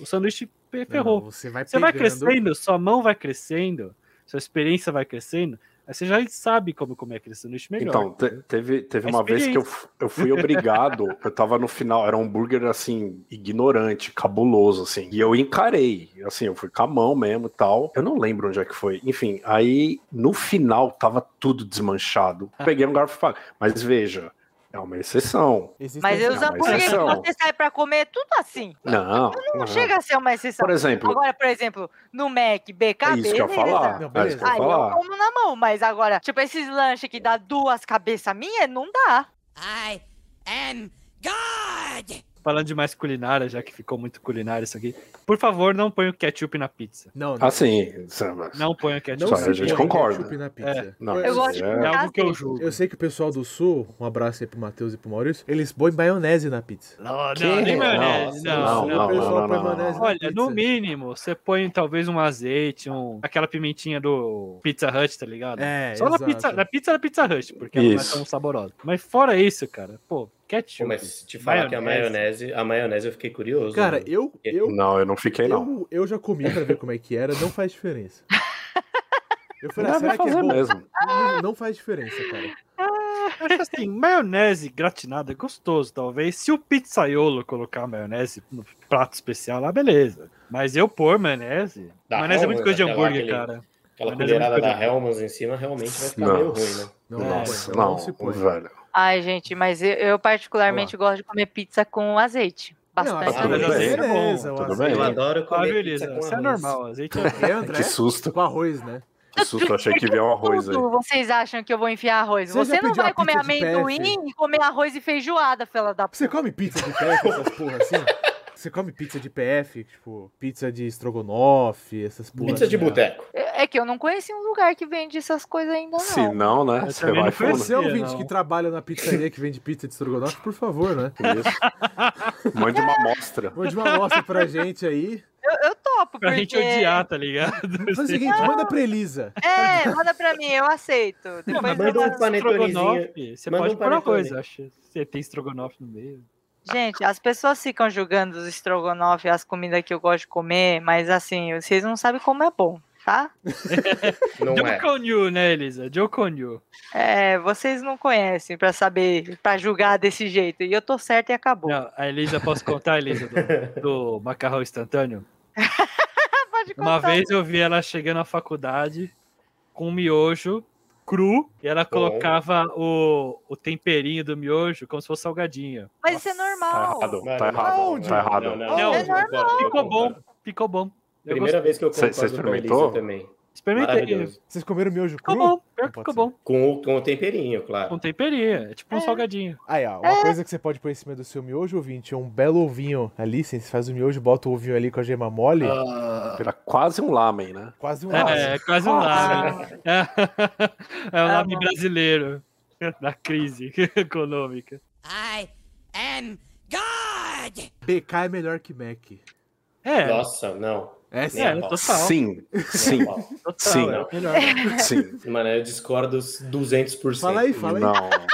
O sanduíche pe-
Não,
ferrou.
você vai
Você vai
pegando-
crescendo, sua mão vai crescendo, sua experiência vai crescendo, aí você já sabe como comer aquele sanduíche melhor.
Então, te- teve, teve
A
uma vez que eu, f- eu fui obrigado, eu tava no final, era um hambúrguer assim, ignorante, cabuloso, assim. E eu encarei, assim, eu fui com a mão mesmo e tal. Eu não lembro onde é que foi. Enfim, aí no final tava tudo desmanchado. Peguei um garfo e faca. Mas veja, é uma exceção.
Existem
Mas
esses-
os
Não, mas
hambúrgueres que
exceção.
você sai pra comer é tudo assim.
Não. é,
Não chega a ser uma exceção.
Por exemplo,
Agora, por exemplo, no Mac, BK,
é isso que eu ia falar.
Não,
é isso que eu ia
Aí eu
falar.
como na mão, mas agora, tipo, esses lanches que dá duas cabeças minha, não dá.
I am God!
Falando de mais culinária, já que ficou muito culinária isso aqui, por favor, não ponha o ketchup na pizza.
Não, não.
Assim, samba.
Não ponha o
não
ketchup.
Só
se
a gente
põe
concorda.
ketchup na pizza.
Não,
Eu
Pois
gosto de
é.
É
comer
algo que eu
assim.
julgo.
Ah, Eu sei que o pessoal do Sul, um abraço aí pro Matheus e pro Maurício, eles põem maionese na pizza.
Não,
Que?
não, nem maionese,
Nossa,
não,
O
não,
pessoal
não,
põe
não,
maionese
não.
na
Olha, no
pizza.
mínimo, você põe talvez um azeite, um... aquela pimentinha do Pizza Hut, tá ligado?
É,
Só na
exato.
pizza, na pizza da Pizza Hut, porque ela não é
Isso.
tão saborosa. Mas fora isso, cara, pô, ketchup.
Pô, mas te falar que a maionese, a maionese eu fiquei curioso.
Cara,
mano.
eu, eu,
Não, eu não fiquei, não.
eu, eu já comi pra ver como é que era, não faz diferença. Eu falei, ah,
Não, vai
será que é
fazer
bom?
mesmo.
Não, não faz diferença, cara.
Eu acho assim, maionese gratinada é gostoso, talvez. Se o pizzaiolo colocar maionese no prato especial lá, beleza. Mas eu pôr maionese.
Da
maionese é
Hellmann's,
muito coisa de
aquela-
hambúrguer,
aquele-
cara. é
Aquela
Mas
colherada
eu não-
da Hellmann's em cima realmente vai ficar
Não.
meio ruim, né?
Não,
Nossa,
não, põe,
Não,
não se põe.
velho.
Ai, gente, mas eu, eu particularmente gosto de comer pizza com azeite. Bastante
assim,
azeite.
azeite. tudo bem.
beleza,
Beleza,
o
tudo
azeite.
bem.
Eu adoro
Ah,
comer pizza
beleza,
com
isso é
arroz.
normal.
[LAUGHS]
Azeite é...
[LAUGHS]
É, André?
Que susto.
Com arroz, né?
Que susto, achei que vinha um arroz aí.
Tudo vocês acham que eu vou enfiar arroz?
Você já
Você não
pediu
vai
a
comer
pizza de
amendoim e comer arroz e feijoada, fela da
Você come pizza de PF, essas porra assim? Você come pizza de PF, tipo, pizza de estrogonofe, essas porra
Pizza de
assim, ó.
boteco.
É é que eu não conheci um lugar que vende essas coisas ainda, não.
Se não, né?
Eu
Você
também
vai
não
fundo.
Você é
Não.
ouvinte que trabalha na pizzaria que vende pizza de estrogonofe, por favor, né?
Isso. Mande uma amostra.
Mande uma amostra pra gente
[LAUGHS]
aí.
Eu, eu topo,
Pra
porque...
gente odiar, tá ligado?
Faz o seguinte, manda pra Elisa.
É, manda pra mim, eu aceito.
Não,
Depois
manda
eu
um panetonezinho.
Estrogonofe, Você
Manda
pode
um
pôr arroz,
panetone.
eu acho. Você tem estrogonofe no meio.
Gente, as pessoas ficam julgando os estrogonofe, as comidas que eu gosto de comer, mas assim, vocês não sabem como é bom, tá?
Não é.
Joconyu, né, Elisa? Joconyu.
É, vocês não conhecem pra saber, pra julgar desse jeito. E eu tô certa e acabou.
Não, a Elisa, posso contar, Elisa,
[LAUGHS]
do, do macarrão instantâneo?
Ah, pode
Uma
contar.
vez eu vi ela chegando à faculdade com um miojo cru e ela colocava o, o temperinho do miojo como se fosse salgadinho.
Mas isso é
Tá
normal.
errado,
Mano,
tá errado,
aonde?
tá errado.
Não,
eu
normal.
concordo, eu
Ficou
concordo.
bom, ficou bom. Eu
Primeira vez que eu
Cê-
concordo
cê
com a
experimentou?
Elisa também.
gostei. experimentei.
Maravilhoso.
Vocês comeram miojo
Ficou
cru?
bom, pior
Não
que
pode
ficou
ser.
bom.
Com o, com o temperinho,
Com
claro.
temperinho, é tipo um salgadinho.
Aí, ó, uma coisa que você pode pôr em cima do seu miojo, ouvinte, é um belo ovinho ali. Você faz o miojo, bota o ovinho ali com a gema mole.
Era quase um lamen, né?
Quase um
Ah. É,
é,
é quase um lame. [LAUGHS] É, é um lame brasileiro. [LAUGHS] Da crise [LAUGHS] econômica.
I am God!
BK é melhor que Mac.
É,
Nossa, não.
Essa
é,
é.
total.
Sim,
[LAUGHS]
sim,
Ó,
total,
sim.
é o melhor.
sim.
Mano, eu discordo 200%.
Fala aí, fala aí.
Não.
Parabéns.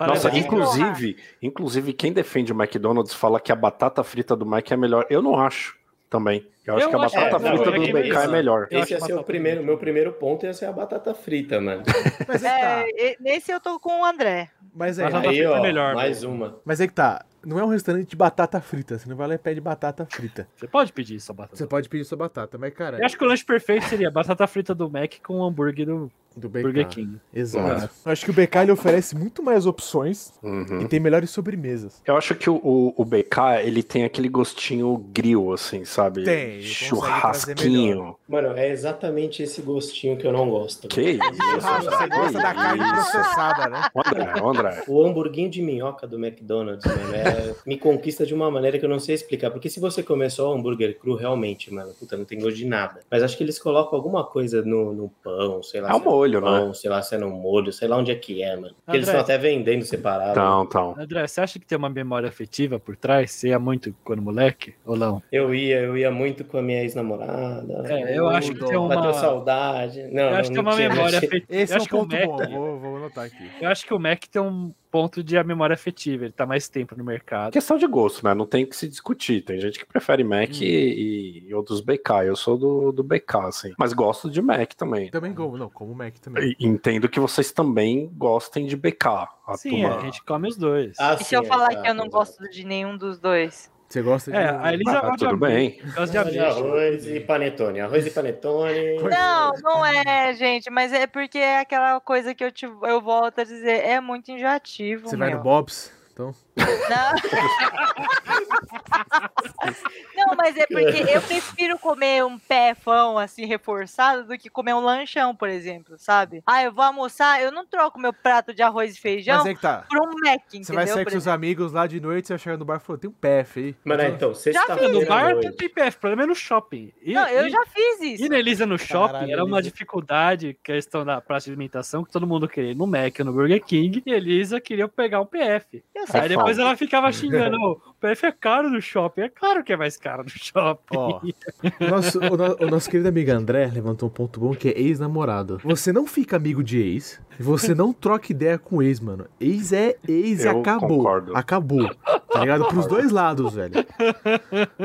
Nossa,
Parabéns.
inclusive, inclusive, quem defende o McDonald's fala que a batata frita do Mac é melhor. Eu não acho também. Eu acho
Eu
que a
acho-
batata
é, não,
frita
é
do
que
BK é
beleza.
melhor.
Eu
Esse ia
acho
ser o
batata
primeiro,
frita.
meu primeiro ponto ia ser a batata frita, mano.
Mas aí que tá.
É, e- nesse eu tô com o André.
Mas aí,
Mas-
Aí,
frita é
ó,
melhor,
mais uma.
mas aí que tá. Não é um restaurante de batata frita. Você não vai lá e pede batata frita.
Você pode pedir só batata.
Você pode pedir sua batata, mas, cara,
Eu acho que o lanche perfeito seria batata frita do Mac com hambúrguer do
do
Burger
BK.
King.
Exato. Eu acho que o BK ele oferece muito mais opções
Uhum.
e tem melhores sobremesas.
Eu acho que o, o, o BK, ele tem aquele gostinho grill, assim, sabe?
Tem, ele consegue trazer
Churrasquinho.
Mano, é exatamente esse gostinho que eu não gosto.
Que isso?
Churrasco,
André?
você gosta é da
Que
carne
isso?
processada, né?
Ô, André, ô, André.
O hamburguinho de minhoca do McDonald's, mano, é- me conquista de uma maneira que eu não sei explicar. Porque se você comer só o hambúrguer cru, realmente, mano, puta, não tem gosto de nada. Mas acho que eles colocam alguma coisa no, no pão, sei lá.
É o
se no
molho,
pão, Sei lá se é no molho, sei lá onde é que é, mano. Porque eles
André.
estão até vendendo separado.
Então, então.
André, você acha que tem uma memória afetiva por trás? Você ia muito quando moleque? Ou não?
Eu ia, eu ia muito com a minha ex-namorada.
É, eu acho que tem
Bateu
uma.
saudade. Não,
Eu acho que tem
não, não
uma
tinha, não
memória
tinha.
afetiva.
Esse é
eu acho
um
que o
ponto bom.
Mac.
Vou, vou anotar aqui.
Eu acho que o Mac tem um ponto de a memória afetiva. Ele tá mais tempo no mercado.
Questão de gosto, né? Não tem o que se discutir. Tem gente que prefere Mac
Hum.
e, e outros BK. Eu sou do, do BK, assim. Mas gosto de Mac também.
Também como, não, como o Mac também.
E Entendo que vocês também gostem de BK. A
Sim, é.
turma-
a gente come os dois.
Ah,
E
sim,
se eu falar
é,
exato,
que eu não
exato.
gosto de nenhum dos dois?
Você gosta de.
É, a Elisa
Ah,
gosta de
tudo bem.
ameixa, gosta de
Arroz,
ameixa.
arroz e panetone. Arroz e panetone.
Pois
Não, não é, gente, mas é porque é aquela coisa que eu, te, eu volto a dizer, é muito enjoativo.
Você vai no
meu.
Bob's? Então, [LAUGHS]
Não. Não, mas é porque eu prefiro comer um pé fão assim reforçado do que comer um lanchão, por exemplo, sabe? Ah, eu vou almoçar, eu não troco meu prato de arroz e feijão
mas é que tá.
por um Mac, entendeu?
Você vai sair com
Por
seus amigos lá de noite, você vai chegar no bar e falou, tem um PF aí.
Mano, então,
tá
sexta-feira.
No bar
à
tem
noite.
PPF, o problema é no shopping. E,
Não, eu
e-
já fiz isso.
E na Elisa no shopping
Caralho,
era uma
Elisa.
dificuldade, questão da praça de alimentação, que todo mundo queria ir no Mac, no Burger King, e a Elisa queria pegar um PF.
Eu sei
Aí
que-
depois ela ficava xingando, "Ô, o PF é caro no shopping, é claro que é mais caro no shopping.
Ó, o [LAUGHS] nosso, o, no- o nosso querido amigo André levantou um ponto bom que é ex-namorado. Você não fica amigo de ex, você não troca ideia com ex, mano. Ex é ex e
Eu
acabou.
concordo.
Acabou. Tá ligado? Pros dois lados, velho.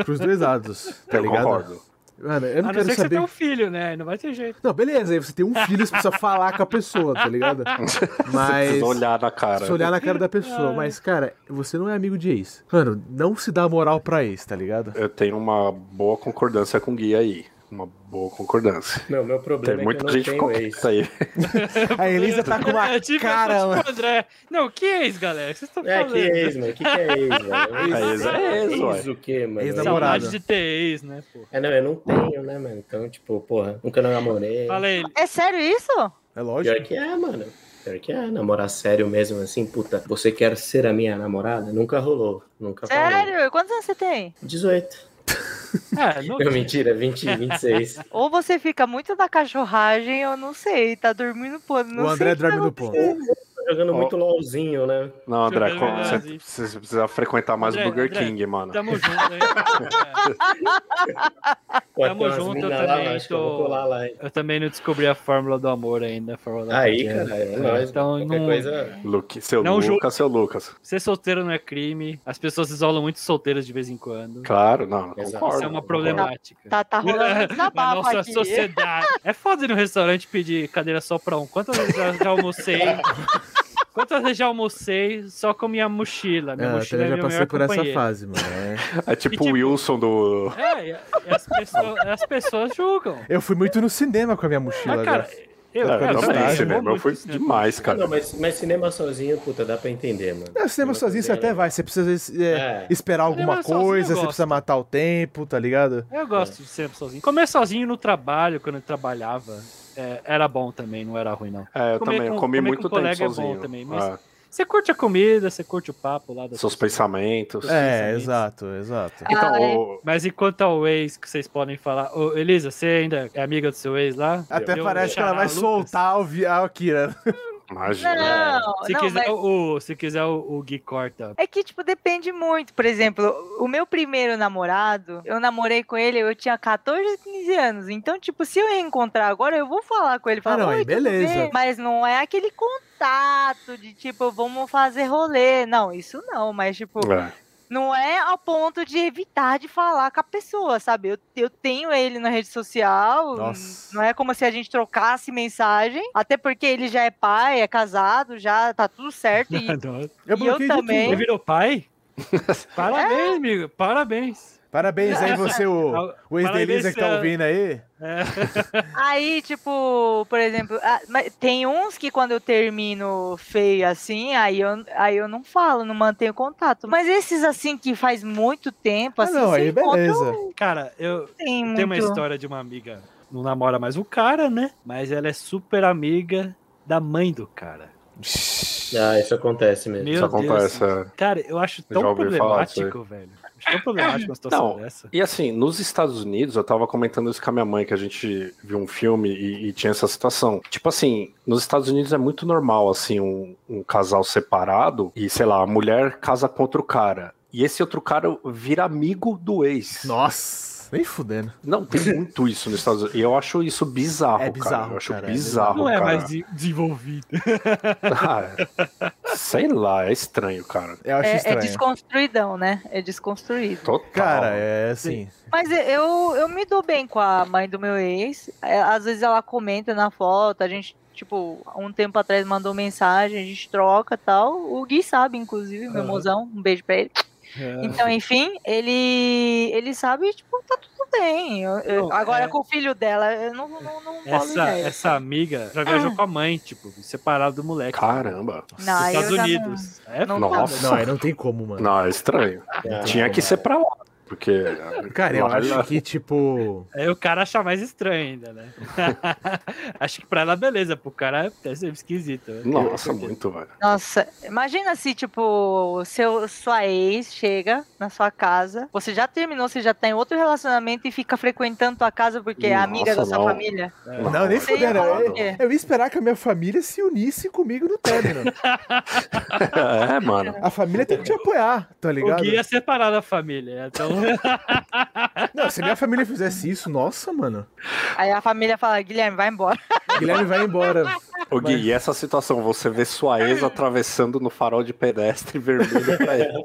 Pros dois lados, tá
eu
ligado?
concordo.
Mano, eu não
a não
quero
ser que você
saber.
tenha um filho, né? Não vai ter jeito.
Não, beleza, aí você tem um filho, você precisa falar com a pessoa, tá ligado?
[LAUGHS] Você
Mas.
precisa olhar na cara.
Se olhar na cara da
É.
pessoa, mas, cara, você não é amigo de ex. Mano, não se dá moral pra ex, tá
[LAUGHS]
ligado?
Eu tenho uma boa concordância com o Gui aí. Uma boa concordância.
Não, meu problema é
Tem
que eu
muita
não
gente
tenho
com
ex.
[LAUGHS]
isso aí.
A Elisa tá com uma
É tipo- é
cara,
[LAUGHS] tipo
mano.
o André. Não, que ex, galera? O que Vocês estão
É,
falando?
que ex, mano. Que que é ex, velho?
É ex, é ex, ué.
o quê, mano?
Ex-namorado.
Saudade de ter ex, né, pô?
É, não, eu não tenho, né, mano? Então, tipo, porra, nunca namorei.
Fala aí,
É sério isso?
É lógico.
Pior que é, mano. Pior que é, namorar sério mesmo, assim, puta, você quer ser a minha namorada? Nunca rolou, nunca rolou.
Sério? Quantos anos você tem?
18.
é, não,
Não, mentira,
[LAUGHS]
20, 26.
Ou você fica muito na cachorragem, eu não sei, tá dormindo ponto. Não
o André
sei que tá
dorme no
acontecendo.
ponto.
Tô jogando muito LOLzinho, né?
Não, André,
Deixa eu
com-
ver,
você,
Brasil.
você precisa frequentar mais o
André,
Burger
André, então
King, mano.
tamo
[LAUGHS]
junto, hein? É.
Pô,
Tamo
tem umas
junto,
mina
eu
lá,
também
acho que eu
tô-
vou colar lá. hein?
Eu também não descobri a fórmula do amor ainda. a fórmula da
Aí,
paquera.
cara, é nóis.
Então,
qualquer
não-
coisa...
Luke, seu
Não
Lucas,
julgo.
seu Lucas.
Ser solteiro não é crime. As pessoas isolam muito solteiras de vez em quando.
Claro, não,
Exato.
concordo.
Isso é uma
concordo.
problemática.
Tá, tá rolando um
Na
desabafo
É, nossa
aqui.
sociedade. É foda ir no restaurante pedir cadeira só pra um. Quantas vezes eu já
[LAUGHS]
almocei? Quantas vezes já almocei só com minha mochila? Minha
É, eu
mochila é
também já
meu
passei
melhor
por essa
companheiro.
fase, mano. é.
É tipo
E
o
tipo-
Wilson do.
É, e- e as pessoas, as pessoas julgam.
Eu fui muito no cinema com a minha mochila.
Ah, cara,
né?
eu,
É,
cara, eu
eu também,
também,
estágio,
cinema.
vou
Eu fui
muito né? no cinema.
Ah,
demais,
Não,
cara.
mas, mas cinema sozinho, puta, dá pra entender, mano.
É, o cinema sozinho você até vai, você precisa é,
É.
esperar alguma
Cinema sozinho
coisa,
eu
você
gosto.
precisa matar o tempo, tá ligado?
Eu gosto de ser sozinho. Comer sozinho no trabalho, quando eu trabalhava, é, era bom também, não era ruim, não.
É,
Comer
eu também, eu
com-
comi
comer com
muito tempo
colega um- é bom
sozinho.
também, mas-
É,
Você curte a comida, você curte o papo lá. Das
seus
pessoas.
pensamentos.
É,
Sim,
exato, exato.
É.
Então,
Ai.
o-
Mas enquanto ao ex, que vocês podem falar... Ô, Elisa, você ainda é amiga do seu ex lá?
Até
Deu um
parece que ela vai
xará, Lucas?
soltar o vi- a Akira.
imagina. né?
Não,
né? Se
não,
quiser,
mas
o, se quiser o, o Gui corta.
é que, tipo, depende muito. Por exemplo, o meu primeiro namorado, eu namorei com ele, eu tinha 14, 15 anos. Então, tipo, se eu reencontrar agora, eu vou falar com ele. Falar,
Ah, não, aí
"Oi, tudo
beleza."
bem?" Mas não é aquele contato de, tipo, vamos fazer rolê. Não, isso não. Mas, tipo,
É.
Não é ao ponto de evitar de falar com a pessoa, sabe? Eu, eu tenho ele na rede social.
Nossa.
Não é como se a gente trocasse mensagem. Até porque ele já é pai, é casado, já tá tudo certo. E
Nossa.
Eu [LAUGHS]
[LAUGHS]
E eu
bloqueei de
também.
Ele
tudo.
virou pai? Parabéns, amigo. Parabéns.
Parabéns aí você,
[LAUGHS]
o, o ex da
Parabéns,
Elisa que tá
é.
ouvindo aí.
Aí, tipo, por exemplo, ah, mas tem uns que quando eu termino feio assim, aí eu, aí eu não falo, não mantenho contato. Mas esses assim que faz muito tempo,
Ah,
assim,
não,
você
aí
encontra,
beleza.
Cara, eu
tem muito.
tenho uma história de uma amiga. Não namora mais o cara, né? Mas ela é super amiga da mãe do cara.
Ah, isso acontece mesmo.
Meu
Isso
Deus.
acontece. é.
Cara, eu acho
Eu já
tão
ouvi falar disso
problemático, velho. Acho tão problemático uma situação
Não.
dessa.
E assim, nos Estados Unidos, eu tava comentando isso com a minha mãe, que a gente viu um filme e, e tinha essa situação. Tipo assim, nos Estados Unidos é muito normal, assim, um, um casal separado e, sei lá, a mulher casa com outro cara. E esse outro cara vira amigo do ex.
Nossa, nem fudendo. [LAUGHS]
Não, tem muito isso nos Estados Unidos. E eu acho isso bizarro,
É bizarro,
cara. Eu acho
cara, é
bizarro,
Não é
Ah, cara.
mais de-
[LAUGHS]
desenvolvido.
[LAUGHS] Ah, é. sei lá, é estranho, cara.
Eu acho
É, é
estranho.
desconstruidão, né? É desconstruído.
Total.
Cara, é assim.
Mas eu, eu me dou bem com a mãe do meu ex. É, Às vezes ela comenta na foto, a gente, tipo, um tempo atrás mandou mensagem, a gente troca e tal. O Gui sabe, inclusive, meu
Aham. É.
mozão, um beijo pra ele. Então, enfim, ele, ele sabe, tipo, tá tudo bem. Eu- eu-
Não,
agora
é-
com o filho dela, eu não, não, não falo
Essa,
ideia. Ah.
essa amiga já viajou com a mãe, tipo, separado do moleque.
Caramba.
Não, aí eu
é Estados
já
Unidos. É,
Não
Nossa.
Não, aí não tem como, mano.
Não, é estranho.
Ah,
Tinha que ser pra lá. Porque.
Cara, eu
Olha.
acho que, tipo.
Aí o cara achar mais estranho ainda, né? [LAUGHS] Acho que pra ela, beleza. Pro cara, deve ser esquisito. né?
Nossa, muito, velho.
Nossa, imagina se, tipo, seu, sua ex chega na sua casa, você já terminou, você já tá em outro relacionamento e fica frequentando tua casa porque é amiga da
Nossa,
sua
não.
família.
É.
Não, nem
Você ia
fudendo.
falar o
Eu,
é.
quê?
eu ia esperar que a minha família se unisse comigo no término.
É, mano.
A família tem que te apoiar, tá
O
ligado?
Gui ia separar da família. Então,
Não, se a minha família fizesse isso,
Isso, nossa, mano.
Aí a família fala, Guilherme, vai embora.
Guilherme vai embora.
Ô Gui, e essa situação, você vê sua ex atravessando no farol de pedestre vermelho pra ele.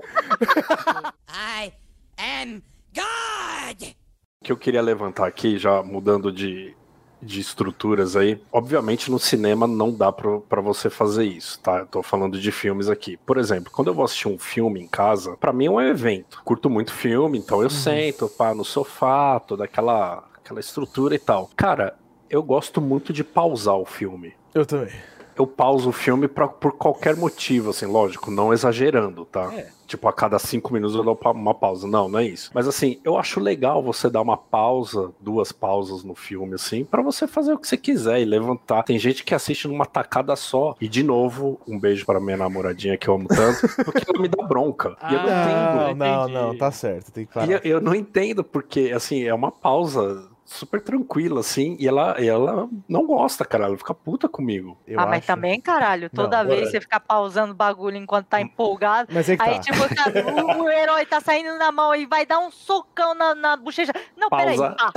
I am God!
O que eu queria levantar aqui, já mudando de, de estruturas aí, obviamente no cinema não dá pro- pra você fazer isso, tá? Eu tô falando de filmes aqui. Por exemplo, quando eu vou assistir um filme em casa, pra mim é um evento. Curto muito filme, então eu sento, pá, no sofá, toda aquela, aquela estrutura e tal. Cara, eu gosto muito de pausar o filme
Eu também.
eu pauso o filme pra, por qualquer motivo, assim, lógico, não exagerando, tá?
É.
Tipo, a cada cinco minutos eu dou pa- uma pausa. Não, não é isso. Mas assim, eu acho legal você dar uma pausa, duas pausas no filme, assim, pra você fazer o que você quiser e levantar. Tem gente que assiste numa tacada só. E de novo, um beijo pra minha namoradinha que eu
[LAUGHS]
amo tanto, porque ela me dá bronca. E eu não
Ah,
entendo.
Não, não,
entendi.
não, tá certo, tem que parar.
E eu, eu não entendo porque, assim, é uma pausa super tranquila, assim, e ela, e ela não gosta, cara. Ela fica puta comigo.
Eu
ah, mas
acho.
também, caralho, toda
Não, Hum.
vez
bora.
você fica pausando o bagulho enquanto tá empolgado.
Mas é que
Aí,
tá.
tipo, sabe, o, o herói tá saindo na mão e vai dar um socão na, na bochecha. Não, peraí.
Pausa.
pá.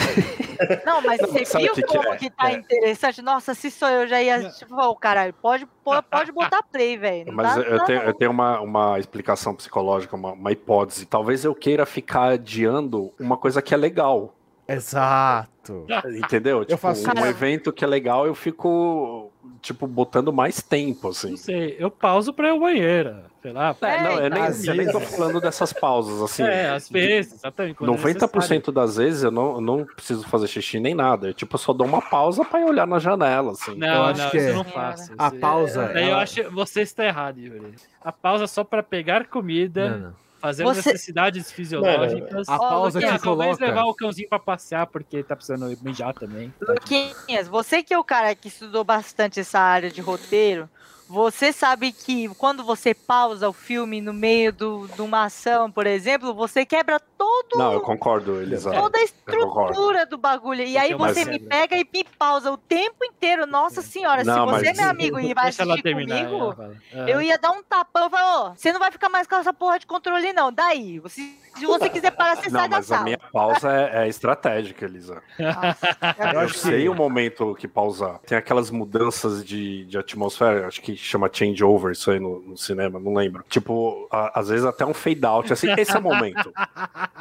Não, mas
Não,
você
sabe
viu
o que que
como que,
é?
tá
É.
interessante? Nossa, se sou eu, já ia, tipo, ô, caralho, pode, pô- pode botar play, velho. Não
Mas
dá-
eu- eu,
dá
tenho,
não.
eu tenho uma, uma explicação psicológica, uma, uma hipótese. Talvez eu queira ficar adiando uma coisa que é legal,
Exato.
Ah,
entendeu? tipo,
faço
um
isso.
evento que é legal, eu fico, tipo, botando mais tempo, assim.
não sei. Eu pauso pra ir ao banheiro. Sei lá.
É,
não, eu nem,
às
eu nem tô
vezes.
falando dessas pausas, assim.
É, às vezes, exatamente. quando é
90% das vezes eu não, eu não preciso fazer xixi nem nada. Eu, tipo, eu só dou uma pausa pra ir olhar na janela, assim.
Não,
Eu
não,
acho que
isso
é.
eu não faço.
A
Isso-
pausa,
Daí eu
é
ela-
acho você está errado, Yuri. A pausa é só pra pegar comida,
Não, não.
fazer
Você-
necessidades fisiológicas.
A
Ó,
pausa
Luquinha,
te
Ah, talvez
coloca.
levar o cãozinho pra passear, porque tá precisando mijar também.
Luquinhas, você que é o cara que estudou bastante essa área de roteiro, você sabe que quando você pausa o filme no meio do- de uma ação, por exemplo, você quebra todo
Não, eu concordo, Elisa.
toda a
É, Eu concordo.
estrutura do bagulho. E
Eu
aí
tenho
você
mais
me
cérebro.
pega e me pausa o tempo inteiro. Nossa senhora,
Não,
se você é
mas-
meu amigo e vai
Deixa ela
assistir
terminar.
comigo,
ela vai. É.
eu ia dar um tapão e falar, ô, você não vai ficar mais com essa porra de controle não. Daí, se, se você quiser parar,
[LAUGHS]
você
Não,
sai da
mas a
sala.
minha pausa é- é estratégica, Elisa.
Eu
Eu
acho que-
sei o momento que pausar. Tem aquelas mudanças de, de atmosfera, acho que chama changeover isso aí no, no cinema, não lembro. Tipo, a- às vezes até um fade out, assim, esse é
[LAUGHS]
o momento.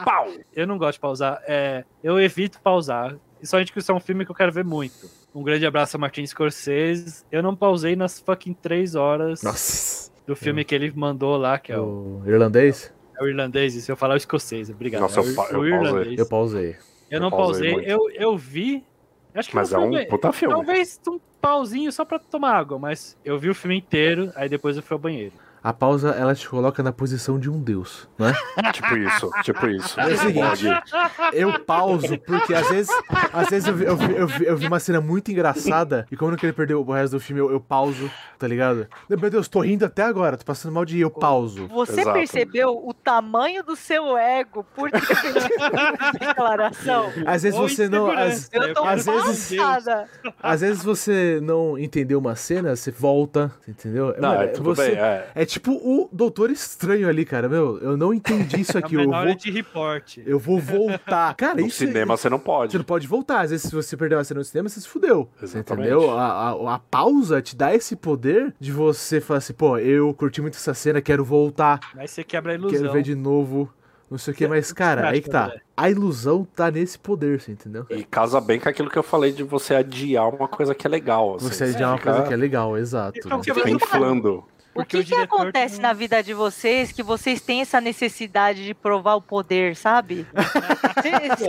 Pau!
Eu não gosto de pausar. É, eu evito pausar. E só a gente que isso é um filme que eu quero ver muito. Um grande abraço a Martin Scorsese. Eu não pausei nas fucking três horas
Nossa.
do filme que ele mandou lá, que é o
O irlandês?
É o irlandês, e se eu falar o escocês, obrigado.
Nossa,
é o,
eu pa-
o
eu pausei.
irlandês.
Eu pausei.
Eu não
Eu pausei
pausei,
muito.
eu, eu vi. Acho que
Mas
não
é
foi
um
bem-
puta filme.
Talvez um pauzinho só pra tomar água, mas eu vi o filme inteiro, aí depois eu fui ao banheiro.
A pausa, ela te coloca na posição de um deus,
[LAUGHS]
né?
Tipo isso, tipo isso.
É o seguinte.
Pode.
Eu pauso, porque às vezes, às vezes eu, vi, eu vi- eu vi- eu vi uma cena muito engraçada e como eu não queria perder o resto do filme, eu, eu pauso, tá ligado? Meu Deus, tô rindo até agora, tô passando mal de rir, eu pauso.
Você
Exato.
percebeu o tamanho do seu ego por ter feito essa
[LAUGHS]
declaração?
Às vezes
Ou
você não.
insegurança.
Às,
Eu tô
Às vezes-
passada.
às vezes você não entendeu uma cena, você volta, você entendeu?
Não,
Mano,
é, tudo
você-
bem, é.
É tipo o Doutor Estranho ali, cara. Meu, eu não entendi
[LAUGHS]
isso
É
aqui.
o
Eu
menor
vou,
de report.
eu vou voltar. Cara,
No
isso. é
cinema você não
Você
pode.
não pode voltar. Às vezes, se você perdeu uma cena no cinema, você se fudeu. Você
Exatamente.
entendeu? A, a, a pausa te dá esse poder de você falar assim, pô, eu curti muito essa cena, quero voltar,
Aí você quebra a
quero
ilusão.
ver de novo. Não sei o que, mas, cara, aí que tá. A ilusão tá nesse poder, você entendeu?
E casa bem com aquilo que eu falei de você adiar uma coisa que é legal. Assim,
Você é uma
fica-
coisa que é legal, exato.
Então,
né?
que-
Fica inflando.
O
Porque
que,
o
que
diretor
acontece
não-
na vida de vocês que vocês têm essa necessidade de provar o poder, sabe? Vocês-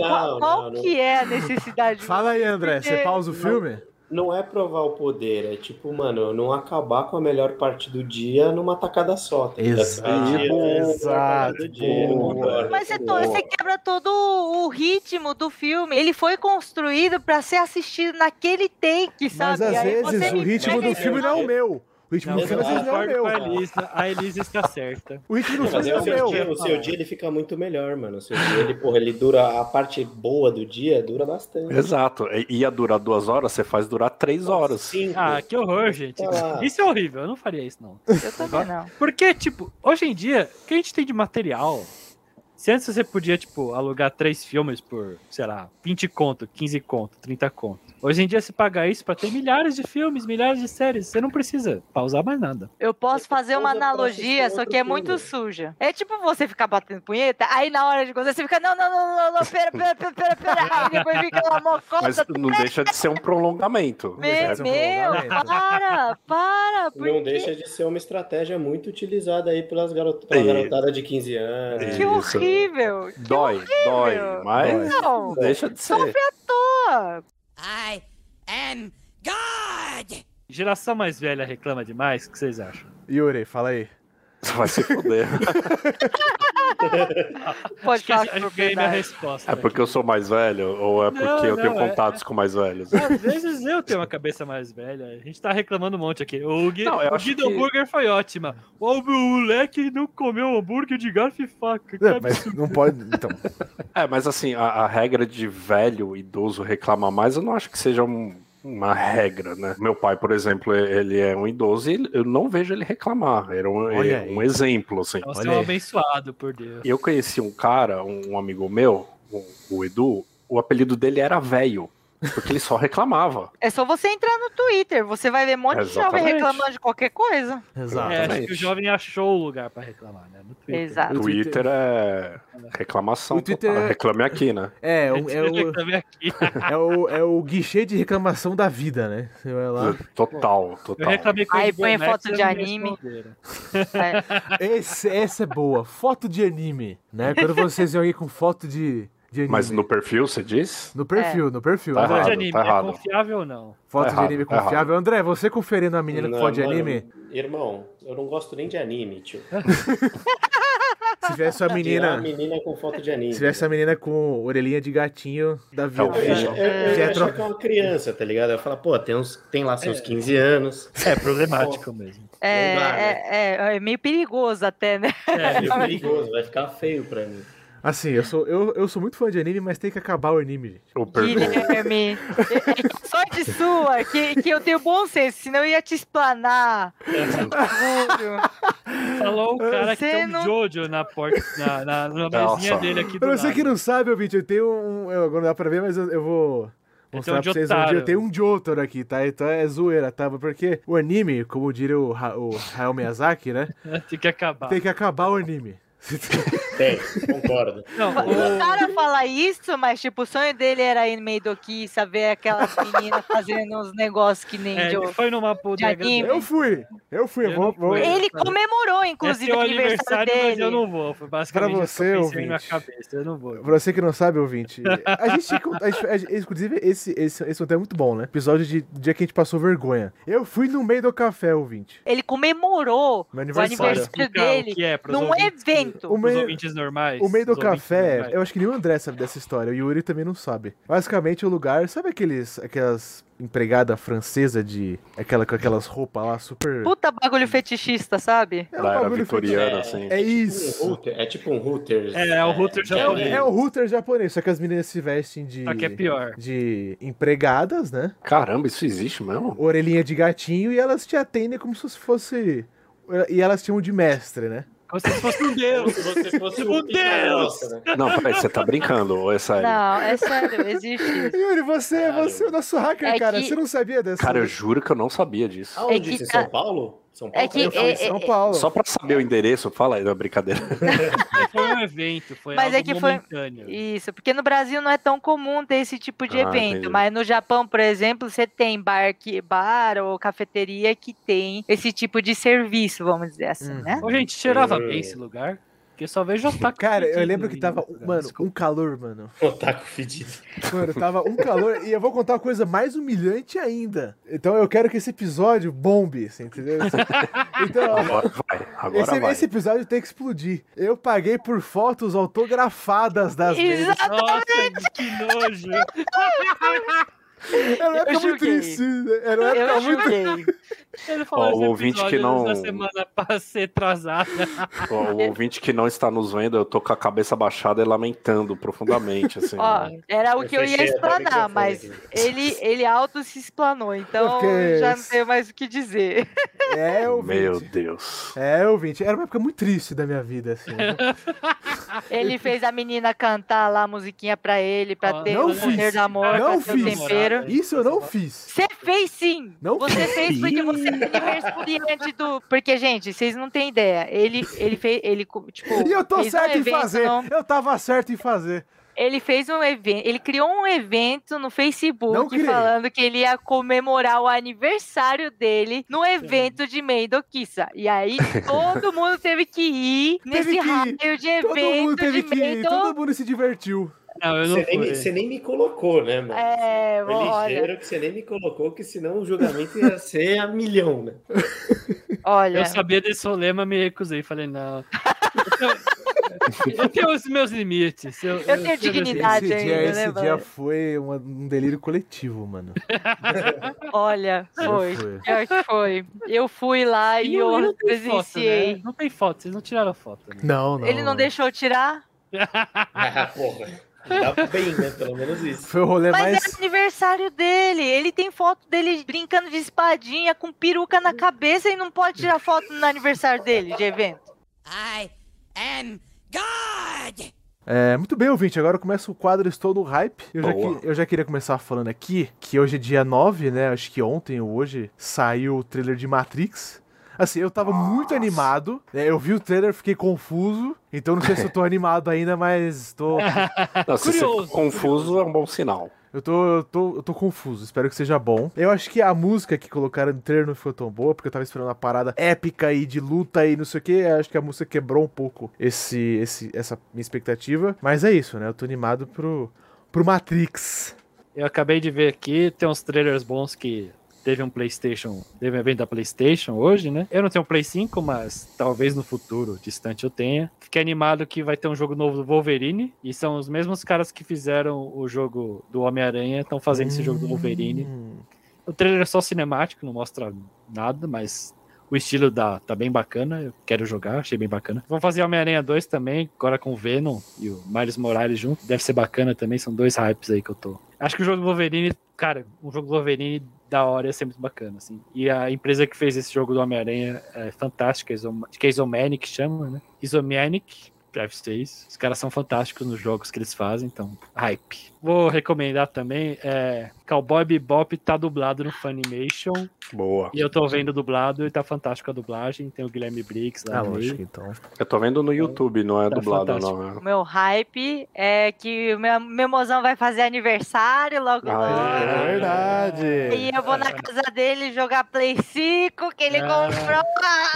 Não,
qual qual
não, não.
que é a necessidade? de
Fala aí, André,
Porque-
você pausa o filme?
Não é provar o poder, é tipo, mano, não acabar com a melhor parte do dia numa tacada só. tá ligado?
Exato,
Ah, dia,
exato,
do dia,
boa.
concordo.
Mas é to-
Boa.
você quebra todo o ritmo do filme. Ele foi construído pra ser assistido naquele take, sabe?
Mas às
E aí
vezes
você assim,
o
me
ritmo
pega
do
e
filme
fala,
não é o meu. O ritmo
Não,
do filme
eu
às vezes não é o
concordo
meu.
com a Elisa. A Elisa está certa.
O ritmo do
Não, mas
filme
é o,
não é
seu
o
dia,
meu.
o seu dia ele fica muito melhor, mano. O seu dia ele, porra, ele dura. A parte boa do dia dura bastante.
Exato. E- Ia durar duas horas, você faz durar três horas.
Cinco.
Ah, que horror, gente.
Ah.
Isso é horrível, eu não faria isso, não.
Eu também não.
Porque, tipo, hoje em dia, o que a gente tem de material? Se antes você podia, tipo, alugar três filmes por, sei lá, 20 conto, 15 conto, 30 conto. Hoje em dia, se pagar isso pra ter milhares de filmes, milhares de séries, você não precisa pausar mais nada.
Eu posso
Você
fazer uma
usa pra
analogia,
assistir
só
outro
que é
filme.
muito suja. É tipo você ficar batendo punheta, aí na hora de gozar você fica, não, não, não, não, não, pera, pera, pera, pera, pera. Aí depois fica uma
Mas
mocota.
não deixa de ser um prolongamento.
Meu,
Esse é um
meu,
prolongamento.
para, para. Por
Não
quê?
deixa de ser uma estratégia muito utilizada aí pelas garot pela
E-
garotada de 15 anos.
E-
Que
Isso.
horrível. Que
Dói, dói. Mas
Não,
não deixa de ser.
horror.
I am God!
Geração mais velha reclama demais, o que vocês acham?
Yuri, fala aí.
Você vai se
[LAUGHS]
fuder.
Pode
Acho que a gente
falar com
ganhei minha
propriedade.
resposta.
É porque eu sou mais velho ou é porque
Não,
eu tenho
não, é-
contatos com mais velhos?
Às vezes eu tenho uma cabeça mais velha. A gente tá reclamando um monte aqui. O, Gui,
Não, eu
o
acho
Guido
que-
Hambúrguer foi ótima. O moleque não comeu hambúrguer de garfo e faca.
Não,
que
mas não pode. Então,
É, mas assim, a, a regra de velho idoso reclamar mais, eu não acho que seja um- uma regra, né? Meu pai, por exemplo, e- ele é um idoso e ele- eu não vejo ele reclamar. Era um,
Olha
é
aí.
um exemplo, assim.
Então, Você
Olha
é um
aí.
abençoado, por Deus.
Eu conheci um cara, um, um amigo meu, o, o Edu, o apelido dele era velho, porque ele só reclamava.
É só você entrar no Twitter, você vai ver um monte de jovem
Exatamente.
reclamando de qualquer coisa.
exato.
É, acho
Exatamente.
que o jovem achou o lugar pra reclamar, né? No Twitter.
Exato.
O
Twitter,
Twitter-
é reclamação.
O Twitter
total.
é-
Reclame aqui, né?
É, é,
Eu
o, é, o,
[LAUGHS] reclamei aqui.
é, o, é o guichê de reclamação da vida, né? Você vai lá.
Total,
Eu
Tá.
total.
reclamei com
Aí
o Google
põe
Maps,
foto
eles
de
não
anime.
responderam.
é,
[LAUGHS]
Esse, essa é boa. Foto de anime, né? Quando vocês veem alguém com foto de, de anime.
Mas no perfil, você diz?
No perfil, no perfil.
Tá
André,
Foto de
errado,
anime,
tá
é
errado.
confiável ou não?
foto
tá errado,
de anime
tá errado. é
confiável. André, você conferindo a menina com
Não,
foto de
mano,
anime?
Irmão, eu não gosto nem de anime, tio.
Se tivesse
[LAUGHS]
uma
Tirar
menina.
a menina com foto de anime.
Se tivesse uma menina com orelhinha de gatinho da vida.
o
Eu, eu, eu, eu
Já
ia
tro-
achar que é uma criança, tá ligado? Eu falo, pô, tem, uns, tem lá seus 15 anos.
É problemático mesmo.
É,
Não dá, né?
é, é, é meio perigoso até, né?
É meio perigoso, vai ficar feio pra mim.
Assim, eu sou, eu, eu sou muito fã de anime, mas tem que acabar o anime, gente.
O perfil.
Guilherme,
[LAUGHS]
é só de sua que, que eu tenho bom senso, senão eu ia te explanar.
É, assim,
Juro.
Falou o cara que
Você
tem um
não-
Jojo na porta, na, na, na mesinha
Nossa.
dele aqui do
Pra você
lado.
que não sabe, ouvinte, eu tenho um. Eu, agora não dá pra ver, mas eu, eu vou mostrar
um
pra
de
vocês um dia.
otário.
Eu tenho um Jotaro aqui, tá? Então é zoeira, tá? Porque o anime,
[LAUGHS]
como diria o, Ha- o Hayao Miyazaki, né?
Tem que acabar.
Tem que acabar o anime.
Tem, concordo.
Não,
O
o-
cara fala isso, mas tipo, o sonho dele era ir no meio do Kissa, ver aquelas meninas fazendo uns negócios que nem
é,
de,
ele foi numa puta.
de anime.
Eu fui, eu fui.
Eu
vou-
não
vou-
fui.
Ele comemorou,
Inclusive,
inclusive,
é
o
seu aniversário,
aniversário
mas eu
dele.
não vou. Foi basicamente
Pra
isso que
você,
eu pensei na minha
ouvinte.
cabeça. Eu não vou.
Pra você que não sabe, ouvinte, a gente. [LAUGHS] tinha que contar- a gente- a gente- inclusive, esse, esse, esse hotel é muito bom, né? Episódio de dia que a gente passou vergonha. Eu fui no meio do café, ouvinte.
Ele comemorou
Meu
o
aniversário.
aniversário
Explicar o
dele
que é pros
num
ouvintes-
evento.
O
pros
meio,
ouvintes normais.
o meio do
os ouvintes
café,
normais.
eu acho que nem o André sabe dessa história, o Yuri também não sabe. Basicamente, o lugar, sabe aqueles, aquelas empregada francesa de. Aquela, com aquelas roupas lá super.
Puta bagulho fetichista, sabe?
É um
Da era
bagulho
vitoriana,
É.
assim.
feio. É
Um
isso.
router- é tipo um router.
É, é o router
um
É o,
japonês.
é o router japonês, só que as meninas se vestem de.
Só que é pior.
De empregadas, né?
Caramba, isso existe mesmo?
orelhinha de gatinho e elas te atendem como se fosse. E elas tinham de mestre, né?
Como se fosse um
Como
deus.
se você fosse
Meu
um pica-grossa,
É
né?
Não, peraí, você tá brincando, ou é sério?
Não, é sério, existe
[LAUGHS]
isso.
Yuri, você é você, é o nosso hacker,
É
cara.
que-
Você não sabia dessa?
Cara, eu juro que eu não sabia disso.
Aonde?
É que
isso? Em
tá-
São Paulo? São Paulo? tá
É que
Eu falo em
é-
São Paulo.
Só pra saber o endereço, fala aí da brincadeira.
Foi um evento, foi
Mas
algo
é que foi-
momentâneo.
Isso, porque no Brasil não é tão comum ter esse tipo de
Ah,
evento,
entendi.
mas no Japão, por exemplo, você tem bar, que, bar ou cafeteria que tem esse tipo de serviço, vamos dizer assim,
Uhum.
né?
Ô, gente, cheirava
Hum.
bem esse lugar. Porque só vejo ataque. né?
Cara, eu
fedido
lembro que
aí,
tava.
cara,
Mano,
desculpa.
um calor, mano.
Otaku fedido.
Mano, tava um calor. e eu vou contar uma coisa mais humilhante ainda. Então eu quero que esse episódio bombe, você entendeu? Então, ó,
Agora vai, agora
esse,
vai.
esse episódio tem que explodir. Eu paguei por fotos autografadas das vezes.
Exato.
Nossa, que nojo.
Era uma época muito
julguei.
triste. né? Era uma época
Eu
muito
julguei.
Ele falou
Ó, o
esse
ouvinte que
episódio
não-
da semana [LAUGHS] pra ser atrasada.
Ó, o ouvinte que não está nos vendo, eu tô com a cabeça baixada e lamentando profundamente, assim.
[LAUGHS] Ó,
né?
era o
Eu
que eu ia
fechei até o
explanar,
microfone
mas
aqui.
ele, ele auto se explanou, então
Porque-
eu já não tenho mais o que dizer.
É, ouvinte.
Meu Deus.
É, ouvinte. Era uma época muito triste da minha vida,
[LAUGHS]
assim.
Ele fez a menina cantar lá a musiquinha pra ele, pra
Ó,
ter
Ah, não
o poder
fiz.
do amor,
Não
pra ter o
fiz.
tempero.
Isso eu não fiz.
Você fez sim!
Não
Você fez porque você é aniversariante do. Porque, gente, vocês não têm ideia. Ele, ele fez. Ele, co- tipo,
E eu tô
fez um
certo em
evento
fazer.
no-
Eu tava certo em fazer.
ele fez um evento. Ele criou um evento no
Não
Facebook
criei.
falando que ele ia comemorar o aniversário dele no evento de Meido Kissa. E
[LAUGHS]
aí todo mundo teve que ir nesse
que ir.
raio de
Todo mundo
É evento
teve
de
que ir.
Meido.
Todo mundo se divertiu.
Não, eu não
Você nem, me-
fui.
você nem me colocou, né, mano?
É,
Foi
olha,
ligeiro que você nem me colocou, que senão o julgamento ia ser a milhão, né?
olha.
Eu sabia desse rolê, mas me recusei. Falei, não. Eu tenho, eu tenho os meus limites. Eu,
tenho
meus
dignidade.
esse dia,
ainda, né,
esse dia
Valéria?
foi uma- um delírio coletivo, mano.
Olha,
Já
foi.
foi.
Pior que foi. Eu fui lá
limites.
e
E não- e não
eu
tem foto, né?
presenciei.
Não tem foto, vocês não tiraram foto. Né?
Não, não.
Ele não deixou eu tirar?
[LAUGHS]
Ah, porra. Dá bem, né? Pelo menos isso.
Foi o rolê
Mas
mais.
era aniversário dele. Ele tem foto dele brincando de espadinha, com peruca na cabeça e não pode tirar foto no aniversário dele de evento.
I am God!
É, muito bem, ouvinte. Agora começa o quadro Estou no Hype. Eu já,
Boa.
que- eu já queria começar falando aqui que hoje é dia 9, né? Acho que ontem ou hoje saiu o trailer de Matrix. Assim, eu tava muito animado. né, Eu vi o trailer, fiquei confuso. Então não sei se eu tô animado ainda, mas tô.
Não, se você ficou
Curioso,
confuso, é um bom sinal.
Eu tô, eu tô, eu tô confuso, espero que seja bom. Eu acho que a música que colocaram no trailer não ficou tão boa, porque eu tava esperando uma parada épica e de luta e não sei o que. Eu Acho que a música quebrou um pouco esse, esse, essa minha expectativa. Mas é isso, né? Eu tô animado pro, pro Matrix.
Eu acabei de ver aqui, tem uns trailers bons que teve um PlayStation, teve um evento da PlayStation hoje, né? Eu não tenho um Play 5, mas talvez no futuro distante eu tenha. Fiquei animado que vai ter um jogo novo do Wolverine e são os mesmos caras que fizeram o jogo do Homem-Aranha, estão fazendo esse jogo do Wolverine.
Hum.
O trailer é só cinemático, não mostra nada, mas o estilo da, tá bem bacana. Eu quero jogar, achei bem bacana. Vamos fazer Homem-Aranha 2 também, agora com o Venom e o Miles Morales junto. Deve ser bacana também, são dois hypes aí que eu tô. Acho que o jogo do Wolverine, cara, um jogo do Wolverine da hora ia ser muito bacana, assim. E a empresa que fez esse jogo do Homem-Aranha é fantástica, Isom- acho que é Isomanic chama, né? Isomanic. Deve ser isso. Os caras são fantásticos nos jogos que eles fazem, então, hype. Vou recomendar também, é, Cowboy Bebop tá dublado no Funimation,
Boa.
e eu tô vendo dublado, e tá fantástica a dublagem, tem o Guilherme Briggs lá
Ah,
no meio.
lógico, então.
Eu tô vendo no YouTube, não é
Tá
dublado,
fantástico.
não.
O meu hype é que o meu, meu mozão vai fazer aniversário logo
Ah,
logo.
é.
E
verdade.
eu vou na casa dele jogar Play 5 que ele
Ah.
comprou.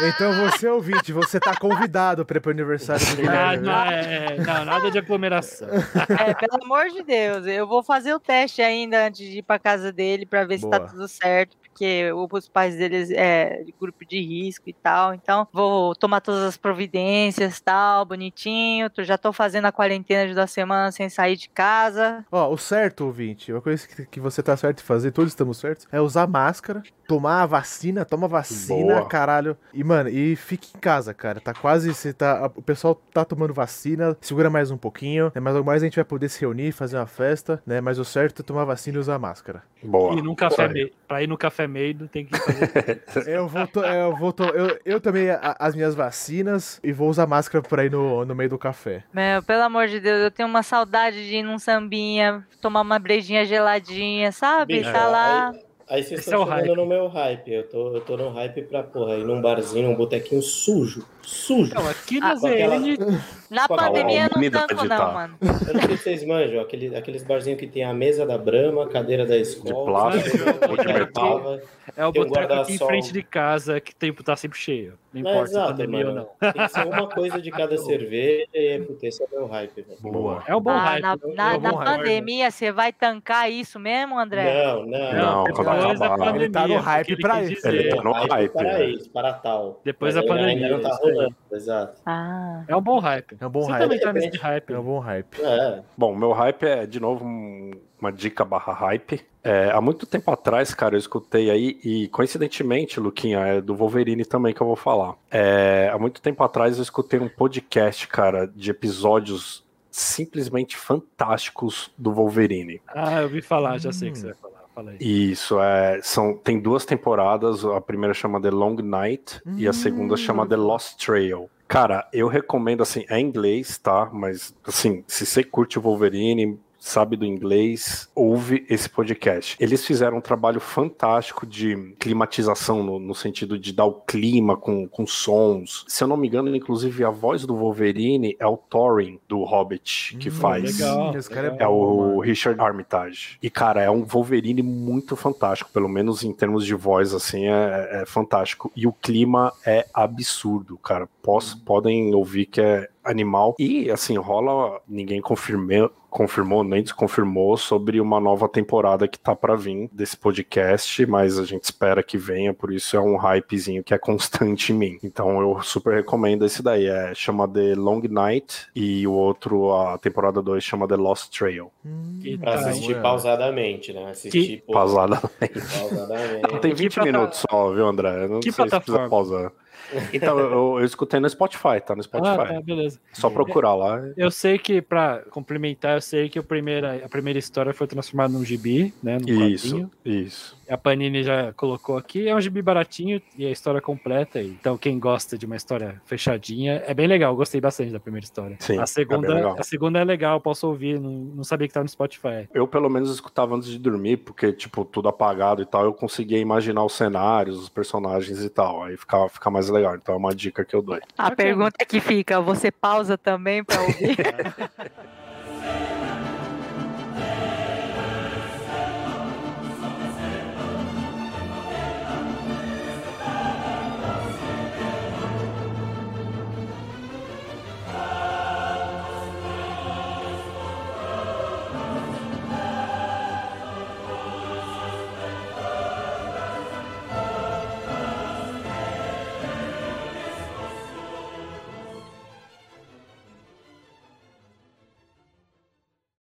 Então você, ouvinte, você tá convidado pra ir pro aniversário
[LAUGHS]
do
Ah,
Guilherme.
não, é, não, nada de aglomeração.
É, pelo amor de Deus, eu vou fazer o teste ainda antes de ir pra casa dele pra ver se tá
Boa.
tudo certo, porque o- os pais deles é de grupo de risco e tal, então vou tomar todas as providências tal, bonitinho. tô- Já tô fazendo a quarentena de duas semanas sem sair de casa.
Ó, o certo, ouvinte, uma coisa que, que você tá certo de fazer, todos estamos certos, é usar máscara, tomar a vacina, toma a vacina,
Boa.
caralho. E, mano, e fique em casa, cara. Tá quase. Você tá, o pessoal tá tomando vacina, segura mais um pouquinho, né? Mas logo mais a gente vai poder se reunir, fazer uma festa, né? Mas o certo é tomar vacina e usar
[LAUGHS]
máscara.
Boa.
E num café mei- pra ir no café meido tem que fazer.
Eu vou. to- é, eu, vou to- eu, eu tomei a- as minhas vacinas e vou usar máscara por aí no, no meio do café.
Meu, pelo amor de Deus, eu tenho uma saudade de ir num sambinha, tomar uma brejinha geladinha, sabe?
Bicho,
tá lá.
Aí vocês
Esse é
estão
o
falando
hype.
no meu hype. Eu tô, eu tô no hype pra, porra, ir num barzinho, num botequinho sujo. Sujo.
Não, aqui na
Ah,
ZN
Na
Qual a
pandemia eu não
humanidade
tanco,
tá?
não, mano.
Eu não sei se vocês manjam, aquele, aqueles barzinhos que tem a mesa da Brama, a cadeira da escola. né?
plástico,
ou de metal. é o
Tem um
boteco aqui em
guarda-sol.
frente de casa que tempo tá sempre cheio. Não
Não,
importa se é
exato,
pandemia ou
mano.
não.
Tem que ser uma coisa
[LAUGHS]
de cada cerveja e, puta, esse é o meu hype, velho.
Boa.
É o bom
Ah,
hype.
na
é o
na-
bom
na
hype.
pandemia, você vai tancar isso mesmo, André?
Não, não.
Não,
depois
quando
da
acabar.
pandemia,
Ele tá no
o que
hype
ele
pra
quis
isso.
dizer.
Ele tá no
Aí,
hype,
Para
né?
isso, para tal.
Depois
É,
Mas
da
ainda-
pandemia,
Ainda não tá
isso aí.
rolando, exato.
Ah.
É um bom hype.
É um bom
Você
hype.
também tá nesse hype.
É um bom hype.
É,
Bom, meu hype é, de novo, um- uma dica barra hype. É, há muito tempo atrás, cara, eu escutei aí, e coincidentemente, Luquinha, é do Wolverine também que eu vou falar. É, há muito tempo atrás eu escutei um podcast, cara, de episódios simplesmente fantásticos do Wolverine.
Ah, eu vi falar, já sei o que
Hum.
você vai falar. Fala aí.
Isso, é, são, tem duas temporadas, a primeira chama The Long Night e a
Hum.
segunda chama The Lost Trail. Cara, eu recomendo, assim, é em inglês, tá? Mas, assim, se você curte o Wolverine, sabe do inglês, ouve esse podcast. Eles fizeram um trabalho fantástico de climatização, no, no sentido de dar o clima com, com sons. Se eu não me engano, inclusive, a voz do Wolverine é o Thorin, do Hobbit, que
Hum,
faz.
Legal,
Esse cara é
É
legal.
o Richard Armitage. E, cara, é um Wolverine muito fantástico, pelo menos em termos de voz, assim, é, é fantástico. E o clima é absurdo, cara. Pos- Podem ouvir que é animal. E, assim, rola. Ninguém confirme- confirmou nem desconfirmou sobre uma nova temporada que tá pra vir desse podcast, mas a gente espera que venha, por isso é um hypezinho que é constante em mim. Então eu super recomendo esse daí, é, chama The Long Night e o outro, a temporada 2 chama The Lost Trail.
Hum,
Que
pra
tá,
assistir
ué.
pausadamente, né? Assistir pô,
Pausada.
pausadamente.
Tem 20
plata-
minutos só, viu, André? Eu Não
Que
sei se precisa
plataforma?
pausar. Então, eu, eu escutei no Spotify, tá? No
Ah,
Spotify.
tá, beleza.
Só procurar lá.
Eu sei que, pra complementar, eu sei que o primeira, a primeira história foi transformada num gibi, né? Num quadrinho.
Isso, isso.
A Panini já colocou aqui. É um gibi baratinho e a história completa. Então, quem gosta de uma história fechadinha, é bem legal. eu Gostei bastante da primeira história.
Sim,
a,
é
segunda,
bem legal.
a segunda é legal, posso ouvir. Não, não sabia que tá no Spotify.
Eu, pelo menos, escutava antes de dormir, porque, tipo, tudo apagado e tal, eu conseguia imaginar os cenários, os personagens e tal. Aí fica, fica mais legal. Então é uma dica que eu dou.
A pergunta que fica, você pausa também pra ouvir?